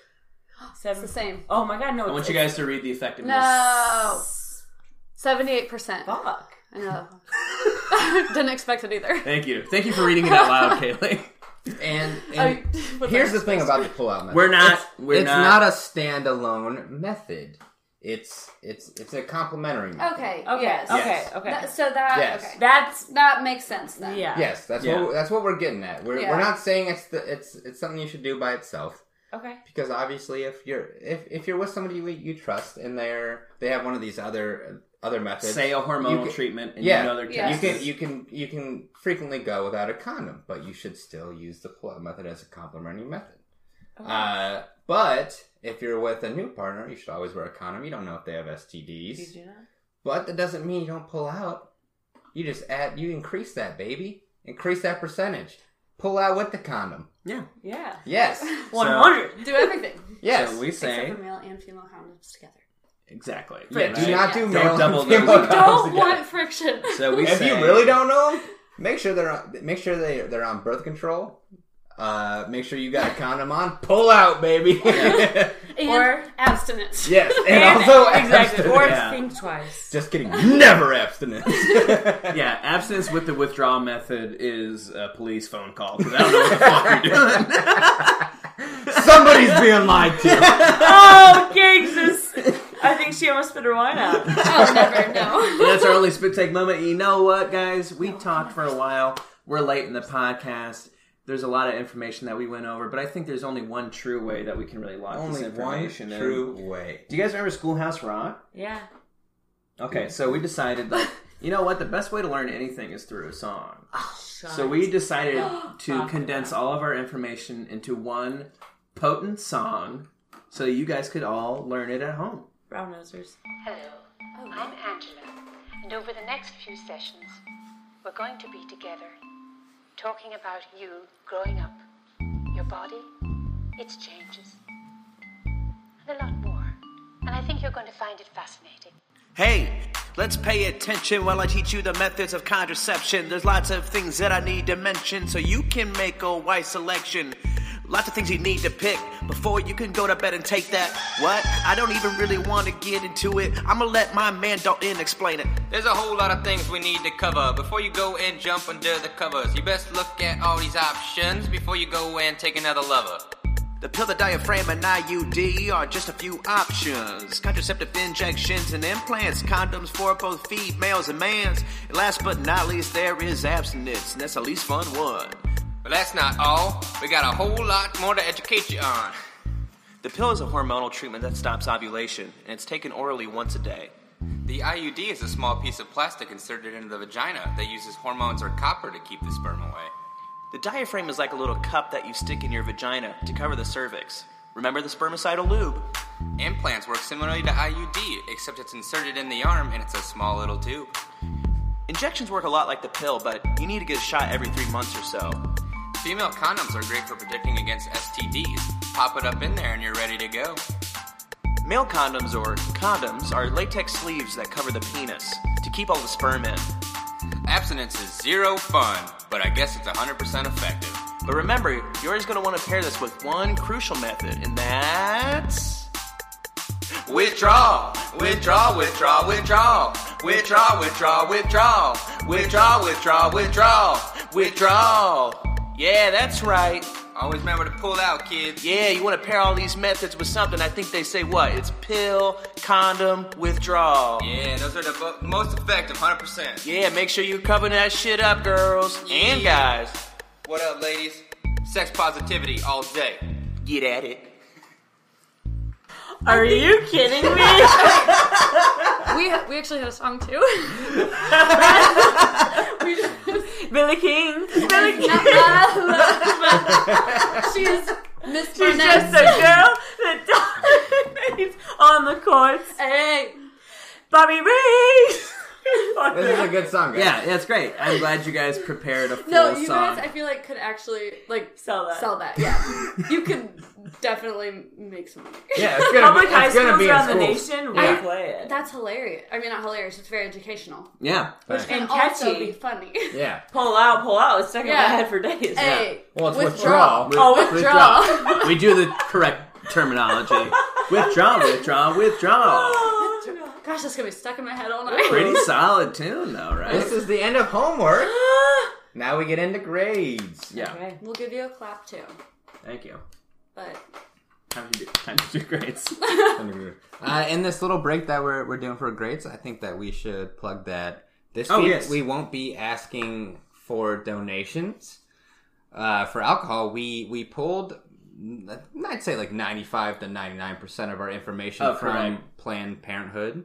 *laughs* It's the
Seven.
same.
Oh my god, no!
I want
it's-
you guys to read the effectiveness.
No, seventy-eight percent.
Fuck.
I know. *laughs* Didn't expect it either.
Thank you. Thank you for reading it out
*laughs*
loud, Kaylee.
And,
I-
and
but
here's
that's
the thing
supposed
about
to *laughs*
the pull-out method.
We're not.
It's,
we're
it's not. a standalone method. It's it's it's a complementary
be-
method.
Okay.
Okay.
Yes.
Okay.
Yes.
Okay.
That- so that
Yes.
okay.
That's
That makes sense then.
yeah.
Yes, that's
Yeah.
what that's what we're getting at. We're,
Oh, Yeah.
we're not saying it's the it's it's something you should do by itself.
Okay.
because obviously if you're if, if you're with somebody you, you trust and they're they have one of these other other methods
say a
You
hormonal
can-
treatment and
yeah,
you know they're
yeah.
you
testing.
can you can you can frequently go without a condom but you should still use the pull-out method as a complementary method
Okay.
uh, but if you're with a new partner you should always wear a condom you don't know if they have
Did
stds
you know?
but that doesn't mean you don't pull out you just add you increase that baby increase that percentage pull out with the condom
yeah.
Yeah. *laughs*
yes
One hundred.
Do *laughs* everything
yes
So we say
except for male and female condoms together.
exactly.
Yeah,
Yeah,
do
right?
not do
Don't
male and *laughs*
double
female
those.
condoms
Don't
together.
want *laughs* friction.
So we
if
say,
you really don't know them, make sure they're on, make sure they they're on birth control. Uh, make sure you got a condom on. Pull out, baby. yes,
And
Or-
abstinence.
and,
And- oh,
also *laughs*
*laughs* exactly.
abstinence.
Or
Yeah.
think twice.
*laughs* Just kidding. Never abstinence. *laughs*
Yeah, abstinence with the withdrawal method is a police phone call. 'cause I don't know what the fuck *laughs* you're doing.
Somebody's being lied to.
oh, Jesus! I think she almost spit her wine out.
*laughs*
Oh, never. *laughs* No.
That's our only spit take moment. You know what, guys? We talked for a while. We're late in the podcast. There's a lot of information that we went over, but I think there's only one true way that we can really lock this
Only one
information in.
true way.
Do you guys remember Schoolhouse Rock?
Yeah.
Okay, so we decided like you know what the best way to learn anything is through a song.
Shut
So we decided to
Fuck.
condense all of our information into one potent song, so you guys could all learn it at home.
brown nosers.
Hello, I'm Angela, and over the next few sessions, we're going to be together talking about you growing up, your body, its changes, and a lot more. And I think you're going to find it fascinating.
Hey, let's pay attention while I teach you the methods of contraception. There's lots of things that I need to mention so you can make a wise selection. Lots of things you need to pick before you can go to bed and take that. What? I don't even really want to get into it. I'm gonna let my man Dalton explain it.
There's a whole lot of things we need to cover before you go and jump under the covers. You best look at all these options before you go and take another lover.
The pill, the diaphragm, and IUD are just a few options. Contraceptive injections and implants, condoms for both females and mans. And last but not least, there is abstinence, and that's the least fun one.
But that's not all. We got a whole lot more to educate you on.
The pill is a hormonal treatment that stops ovulation, and it's taken orally once a day.
The IUD is a small piece of plastic inserted into the vagina that uses hormones or copper to keep the sperm away.
The diaphragm is like a little cup that you stick in your vagina to cover the cervix. Remember the spermicidal lube?
Implants work similarly to IUD, except it's inserted in the arm and it's a small little tube.
Injections work a lot like the pill, but you need to get a shot every three months or so.
Female condoms are great for protecting against STDs. Pop it up in there and you're ready to go.
Male condoms or condoms are latex sleeves that cover the penis to keep all the sperm in.
Abstinence is zero fun, but I guess it's 100% effective.
But remember, you're always going to want to pair this with one crucial method, and that's.
Withdraw, withdraw, withdraw, withdraw, withdraw, withdraw, withdraw, withdraw, withdraw, withdraw, withdraw.
Yeah, that's right.
Always remember to pull out, kids.
Yeah, you want to pair all these methods with something. I think they say what? It's pill, condom, withdrawal.
Yeah, those are the bo- most effective, 100%.
Yeah, make sure you cover that shit up, girls and
Yeah.
guys.
What up, ladies? Sex positivity all day.
Get at it.
Are you kidding
*laughs*
me? *laughs*
We we actually had a song too. *laughs* we just,
Billy
*laughs*
King. Billy King.
she's Miss
She's just a girl that dominates *laughs* on the courts.
Hey,
Bobby *laughs* Reeves.
This is a good song, guys.
Yeah, that's great. I'm glad you guys prepared a full
no, you
song.
guys. I feel like could actually like
Sell that.
Sell
*laughs*
that. Yeah, you could definitely make some money.
Yeah, it's gonna
Public
be,
high
it's gonna
schools
be
around the
in schools.
nation will
Yeah.
play it.
That's hilarious. I mean, not hilarious. It's very educational.
yeah.
Right.
And,
And
also
catchy.
be funny.
Yeah.
Pull out, pull out. It's stuck in
Yeah.
my head for days.
*laughs* Hey,
Well, it's
withdraw.
withdrawal.
Oh,
Withdraw. *laughs*
we do the correct terminology. withdraw, withdraw, withdraw.
Oh, Gosh, that's gonna be stuck in my head all night. *laughs*
Pretty solid tune, though,
This
right?
is the end of homework. Now we get into grades.
Yeah.
okay.
We'll give you a clap too,
Thank you.
but
Time to do, time to do grades.
Uh, in this little break that we're, we're doing for grades, I think that we should plug that this
Oh,
week
yes.
we won't be asking for donations uh, for alcohol. We we pulled, mm, I'd say like ninety five to ninety nine percent of our information
Oh,
from
correct.
Planned Parenthood,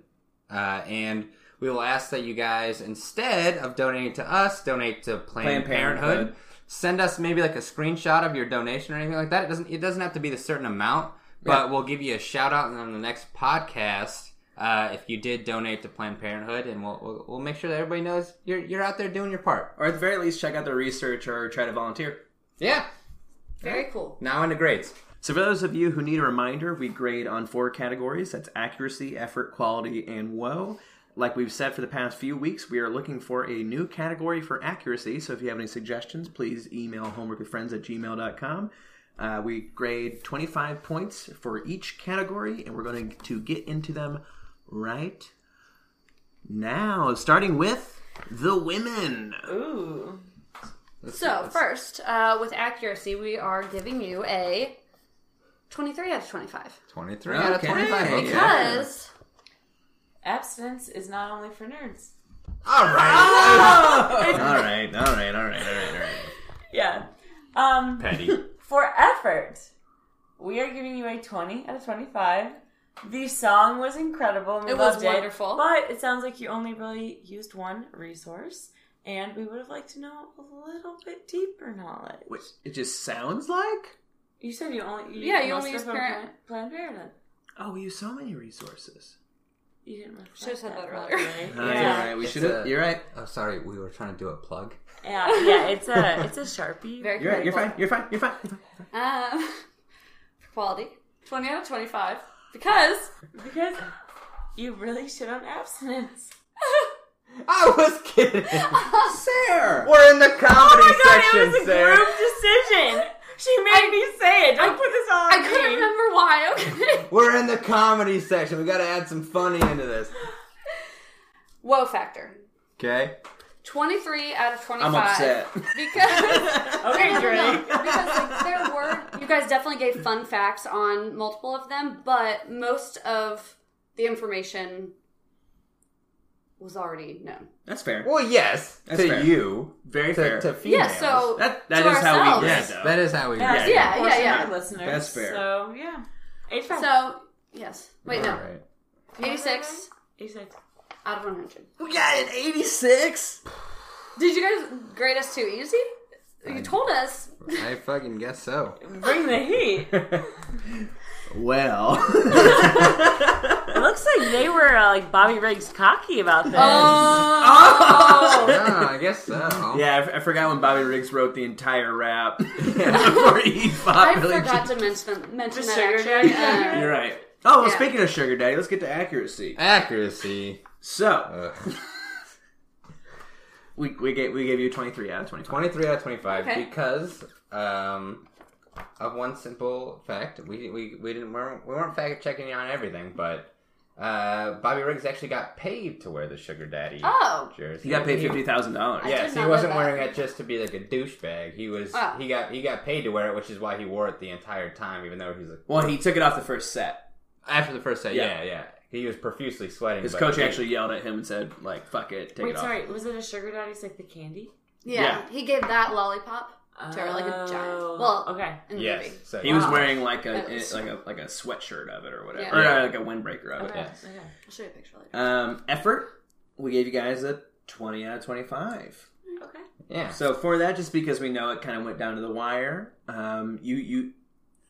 uh, and we will ask that you guys instead of donating to us, donate to Planned,
Planned
Parenthood.
Parenthood.
Send us maybe like a screenshot of your donation or anything like that. It doesn't it doesn't have to be the certain amount, but we'll give you a shout out on the next podcast uh, if you did donate to Planned Parenthood, and we'll we'll, we'll make sure that everybody knows you're you're out there doing your part.
or at the very least, check out their research or try to volunteer.
Yeah.
very cool.
Now into grades.
So, for those of you who need a reminder, we grade on four categories that's accuracy, effort, quality, and woe. Like we've said for the past few weeks, we are looking for a new category for accuracy. So, if you have any suggestions, please email homeworkwithfriends at gmail.com. Uh, we grade 25 points for each category, and we're going to get into them right now, starting with the women.
Ooh.
So first, uh, with accuracy, we are giving you a twenty-three out of twenty-five
Twenty three out of
Okay.
twenty five.
Okay.
because
Abstinence is not only for nerds.
All
*laughs*
right.
All right, all right, all right, all right, all right.
Yeah. Um,
Petty.
*laughs* for effort, we are giving you a 20 out of 25. The song was incredible. and we
It was
loved
wonderful.
But it sounds like you only really used one resource, and we would have liked to know a little bit deeper knowledge.
Which it just sounds like?
You said you only you
Yeah, you
most
only
of
used
them
parent-
were Planned Parenthood.
Oh, we use so many resources.
You didn't reflect
Should've said that
properly.
*laughs* Oh,
yeah.
You're right. We
It's
should have.
a-
You're right.
Oh, sorry. We were trying to do a plug. *laughs*
yeah, yeah, it's a it's a sharpie.
*laughs* very
You're right. You're fine.
critical.
You're fine. You're fine. You're fine.
Um, *laughs* quality twenty out of twenty-five because
*laughs* because you really shit on abstinence.
I was
*laughs*
kidding.
Sarah!
We're in the comedy
Oh my god,
section,
it was a
Sarah.
group decision.
*laughs*
She made me say it. Don't put this all on
I couldn't
me.
remember why. Okay. *laughs*
We're in the comedy section. We got to add some funny into this.
Woe factor
Okay.
twenty-three out of
I'm
25
upset.
*laughs* because. *laughs*
Okay,
No,
Drake.
because like, there were you guys definitely gave fun facts on multiple of them, but most of the information was already known.
That's fair.
Well, yes.
That's
to
fair.
you.
Very
To,
fair.
to females.
Yeah, so
that that
to
is how
ourselves.
we
Yes,
did, though.
that is how we
Yeah,
read it.
yeah,
Of course,
yeah.
our Listeners.
That's fair.
So yeah, eight five.
So yes, wait no,
All right.
86
eight six.
out of 100.
We got an 86.
Did you guys grade us too easy? You told us.
I fucking guess *laughs* so.
Bring the heat.
*laughs* Well,
It looks like
like they were uh, like Bobby Riggs cocky about this.
Oh.
Oh.
*laughs*
yeah, I guess so.
Yeah, I, f- I forgot when Bobby Riggs wrote the entire rap *laughs* for E
I
Pop Village.
forgot to mention, mention
The
that
sugar
actually.
daddy?
Um,
You're right. Oh, well,
Yeah.
speaking of Sugar Daddy, let's get to accuracy.
Accuracy.
So
Ugh.
*laughs* we we gave we gave you 23 out of 25.
23 out of 25
Okay.
because um, of one simple fact. We, we, we didn't weren't, we weren't fact checking on everything, but uh, Bobby Riggs actually got paid to wear the Sugar Daddy
Oh.
jersey.
He got paid fifty thousand dollars.
I
Yes,
did
he
not know
wasn't
that.
wearing it just to be like a douchebag. He was
Oh.
he got he got paid to wear it, which is why he wore it the entire time, even though he was like,
Well, he took it off the first set.
after the first set. Yeah,
Yeah.
yeah, he was profusely sweating.
His
but
coach
he-
actually yelled at him and said, "Like fuck it, take
Wait,
it off."
sorry, was it a sugar daddy's like the candy?
Yeah,
Yeah.
he gave that lollipop to her like a giant.
Oh,
Well,
okay.
in the
Yes,
movie.
so
He was
Wow.
wearing like a
That was-
like a like a sweatshirt of it or whatever,
Yeah.
or
Yeah.
uh, like a windbreaker of it.
Okay.
Yes.
okay.
I'll show you a picture later.
Um, effort, we gave you guys a twenty out of twenty-five.
Okay.
yeah.
So for that, just because we know it kind of went down to the wire, um, you you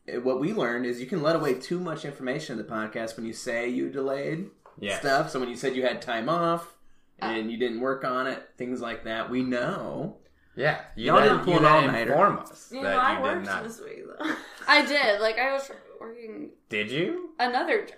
eh, what we learned is you can let away too much information in the podcast when you say you delayed
Yes.
stuff. So when you said you had time off
Uh.
and you didn't work on it, things like that, we
*laughs*
know. *laughs*
Yeah, you
Y'all
let-
didn't pull
you
an
let
all-nighter.
inform us
You know,
that
I
you did
worked
not.
this week though.
I did. Like I was working
Did you?
another *laughs* job.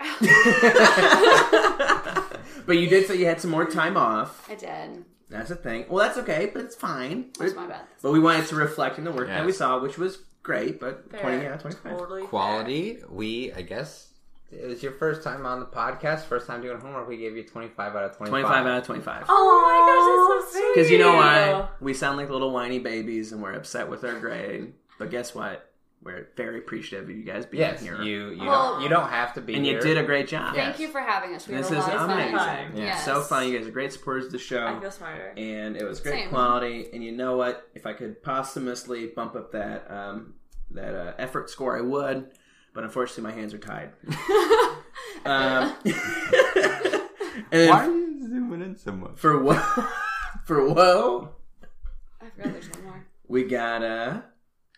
But you did say you had some more time off.
I did.
That's a thing. Well, that's okay, but it's fine.
That's my bad.
But we wanted to reflect in the work that
Yes.
we saw, which was great. But
Fair.
twenty out of twenty-five.
Totally.
Quality. We, I guess, it was your first time on the podcast, first time doing homework. We gave you twenty five out of twenty five.
25 out of 25.
Oh my gosh, that's so sweet.
Because you know why? We sound like little whiny babies and we're upset with our grade. But guess what? We're very appreciative of you guys being
Yes,
here.
you you
Well-
don't you don't have to be
and you
here.
did a great job.
Yeah.
Thank you for having us. We
This
had a
is
lot of fun. *laughs*
amazing.
Yeah.
So fun. You guys are great supporters of the
I
show.
feel smarter.
And it was great
Same.
quality. And you know what? If I could posthumously bump up that um, that uh, effort score, I would. But unfortunately, my hands are tied. um, *laughs* and
Why are you zooming in so much?
for what? *laughs* For whoa,
I forgot there's one more.
we got uh,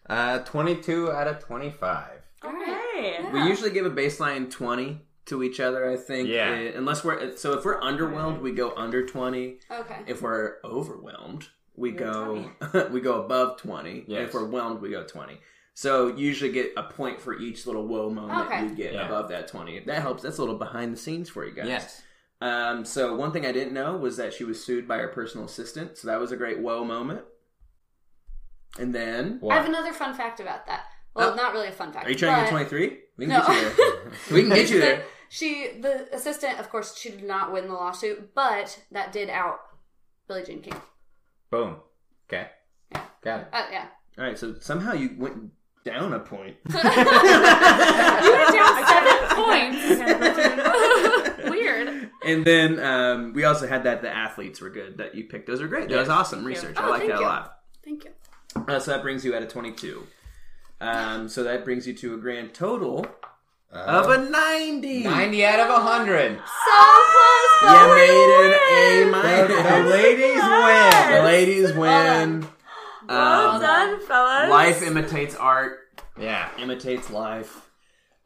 Uh, twenty two out of twenty five.
All right.
Okay.
We usually give a baseline 20 to each other, I think.
Yeah.
Uh, Unless we're so if we're underwhelmed, we go under 20.
Okay.
If we're overwhelmed, we go *laughs* we go above 20. And
Yes.
if we're whelmed, we go 20. So you usually get a point for each little whoa moment
Okay.
you get
Yeah.
above that 20. That helps. That's a little behind the scenes for you guys.
Yes.
Um, so one thing I didn't know was that she was sued by her personal assistant. So that was a great whoa moment. And then
I have another fun fact about that. Well,
Oh.
not really a fun fact.
are you trying to get
but-
23? We can
No.
get you
*laughs*
there. we can get you there.
She, the assistant, of course, she did not win the lawsuit, but that did out Billie Jean King.
Boom. Okay. Got it.
Uh,
*laughs*
yeah.
All right, so somehow you went down a
*laughs*
point.
*laughs*
*laughs* Weird.
and then um, we also had that the athletes were good that you picked. Those are great. That was awesome research. I
Oh,
like
thank
that
you.
a lot.
Thank you.
Uh, so that brings you at a 22. Um, so that brings you to a grand total of a 90.
Ninety out of hundred.
So close.
You made an A
The, the
minus.
ladies
The
win.
ladies win.
Well
Um,
done, fellas.
life imitates art.
Yeah.
imitates life.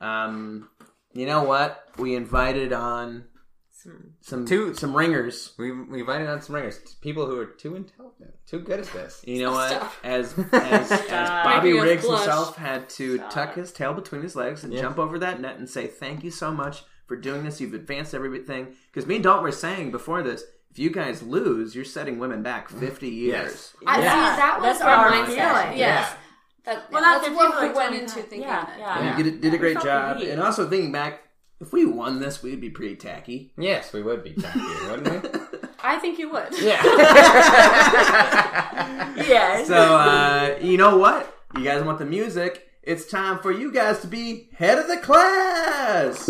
Um, you know what? We invited on
Some-
some
Two-
some ringers.
We we invited on some ringers, people who are too intelligent, too good at this.
You know what?
Stop.
As *laughs* as, as Bobby
Making us
Riggs
blush.
himself had to tuck his tail between his legs and
Yeah.
jump over that net and say, "Thank you so much for doing this. You've advanced everything." Because me and Dalton were saying before this, if you guys lose, you're setting women back fifty years.
I,
Yeah.
See, that was
That's what
our
I'm
mindset.
feeling.
Yes. That,
Well, not
that's
that
what
people
we
are
went
doing
into
that.
thinking
Yeah,
that.
yeah.
And
Yeah.
You did, did a great
felt
job.
relieved.
And also thinking back, if we won this, we'd be pretty tacky.
Yes, we would be *laughs* tacky, wouldn't we?
I think you would.
*laughs* Yes.
*laughs* So, uh, you know what? You guys want the music? It's time for you guys to be head of the class!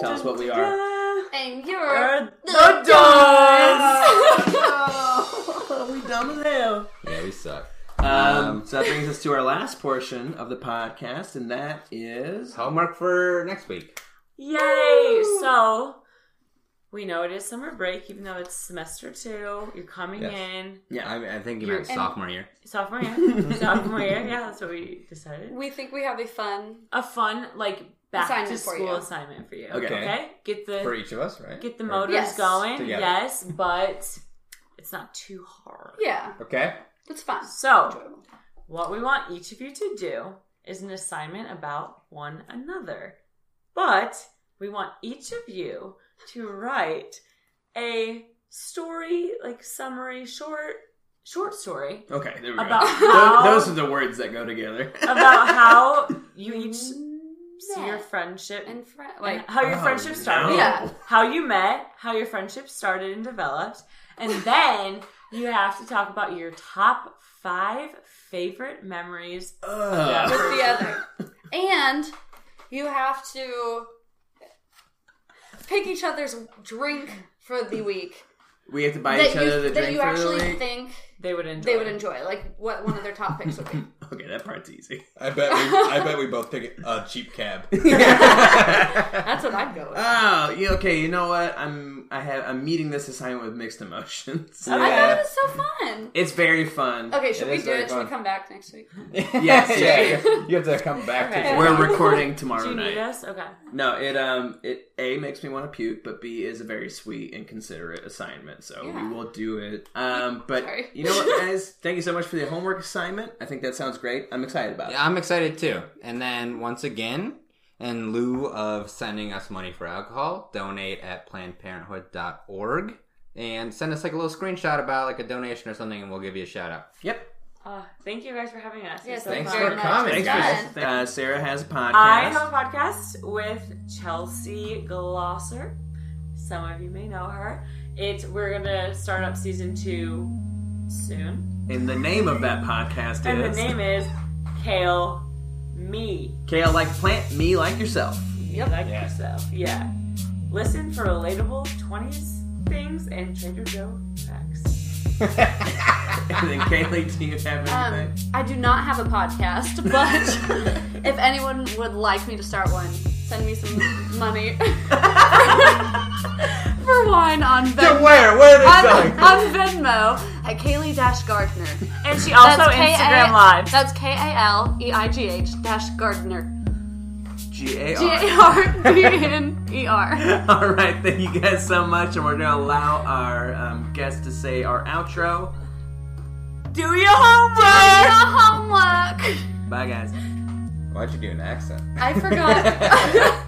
Tell us what we
*laughs*
are.
And you're
the
Oh, we dumb as hell.
*laughs* yeah, we suck.
Um, so that brings us to our last portion of the podcast, and that is
Homework for next week.
Yay! So we know it is summer break, even though it's semester two. You're coming
Yes.
in
yeah.
I, I think you
You're
meant
in-
sophomore year. *laughs*
sophomore year. sophomore year, yeah, that's what we decided.
We think we have a fun.
A fun like back
Assignment
to
for
school
you.
assignment for you.
Okay.
Okay. Get the
for each of us, right?
get the
Or-
motors
Yes.
going.
Together.
Yes, but it's not too hard.
Yeah,
Okay.
it's fun.
So, what we want each of you to do is an assignment about one another. But we want each of you to write a story, like summary, short short story
Okay, there we
About
go.
how-
Those, those are the words that go together.
about how you each see
see
your friendship
Mm, and friend
like
like
how your
Oh,
friendship started.
no.
Yeah.
How you met, how your friendship started and developed,
*laughs*
and then you have to talk about your top five favorite memories
Ugh.
with the
*laughs*
other, and you have to pick each other's drink for the week
We have to buy each
you
other the
that
drink
you
for the
actually
week.
think
they would enjoy.
they would enjoy, like what one of their top
*laughs*
picks would be.
Okay, that part's easy.
I bet we. I bet we both pick a cheap *laughs* cab.
That's what I'd go with.
Oh, yeah, okay. You know what? I'm I have I'm meeting this assignment with mixed emotions.
I
Yeah.
thought it was so fun.
It's very fun.
Okay, should
It
we
is
do
very
it? Should we
fun.
come back
*laughs*
next week?
Yes,
*laughs*
yeah. You have to come back to.
Okay.
We're recording
Do
tomorrow
you need
night.
us? Okay.
No, it um it A makes me want to puke, but B is a very sweet and considerate assignment, so
Yeah.
we will do it. Um but
Sorry.
you know
*laughs*
what guys, thank you so much for the homework assignment. I think that sounds great. I'm excited about it.
Yeah, I'm excited too. And then once again, in lieu of sending us money for alcohol, donate at PlannedParenthood.org and send us like a little screenshot about like a donation or something, and we'll give you a shout out.
Yep.
Uh, thank you guys for having us. It was
Yes,
so
Thanks
fun.
for
very much.
coming,
It's
guys.
fun.
Uh, Sarah has a podcast.
I have a podcast with Chelsea Glosser. Some of you may know her. It's we're gonna start up season two soon,
and the name of that podcast
and the
is
name is Kale Me.
Kale Like Plant, Me Like Yourself. *laughs*
Yep. Like
Yeah.
yourself. Yeah. Listen for relatable twenties things and Trader Joe facts.
and then Kaylee, do you have anything?
Um, I do not have
*laughs*
a podcast, but if anyone would like me to start one, send me some
*laughs*
money *laughs* for wine on Venmo.
where? Where
On, on Venmo at Kaylee Dash Gardner.
And she also Instagram Live.
That's K A L E I G H Dash Gardner.
G A R.
G A R D N E R.
*laughs* All right, thank you guys so much, and we're gonna allow our um, guest to say our outro.
Do your homework.
Homework.
Bye, guys.
Why'd you do an accent?
*laughs* I forgot.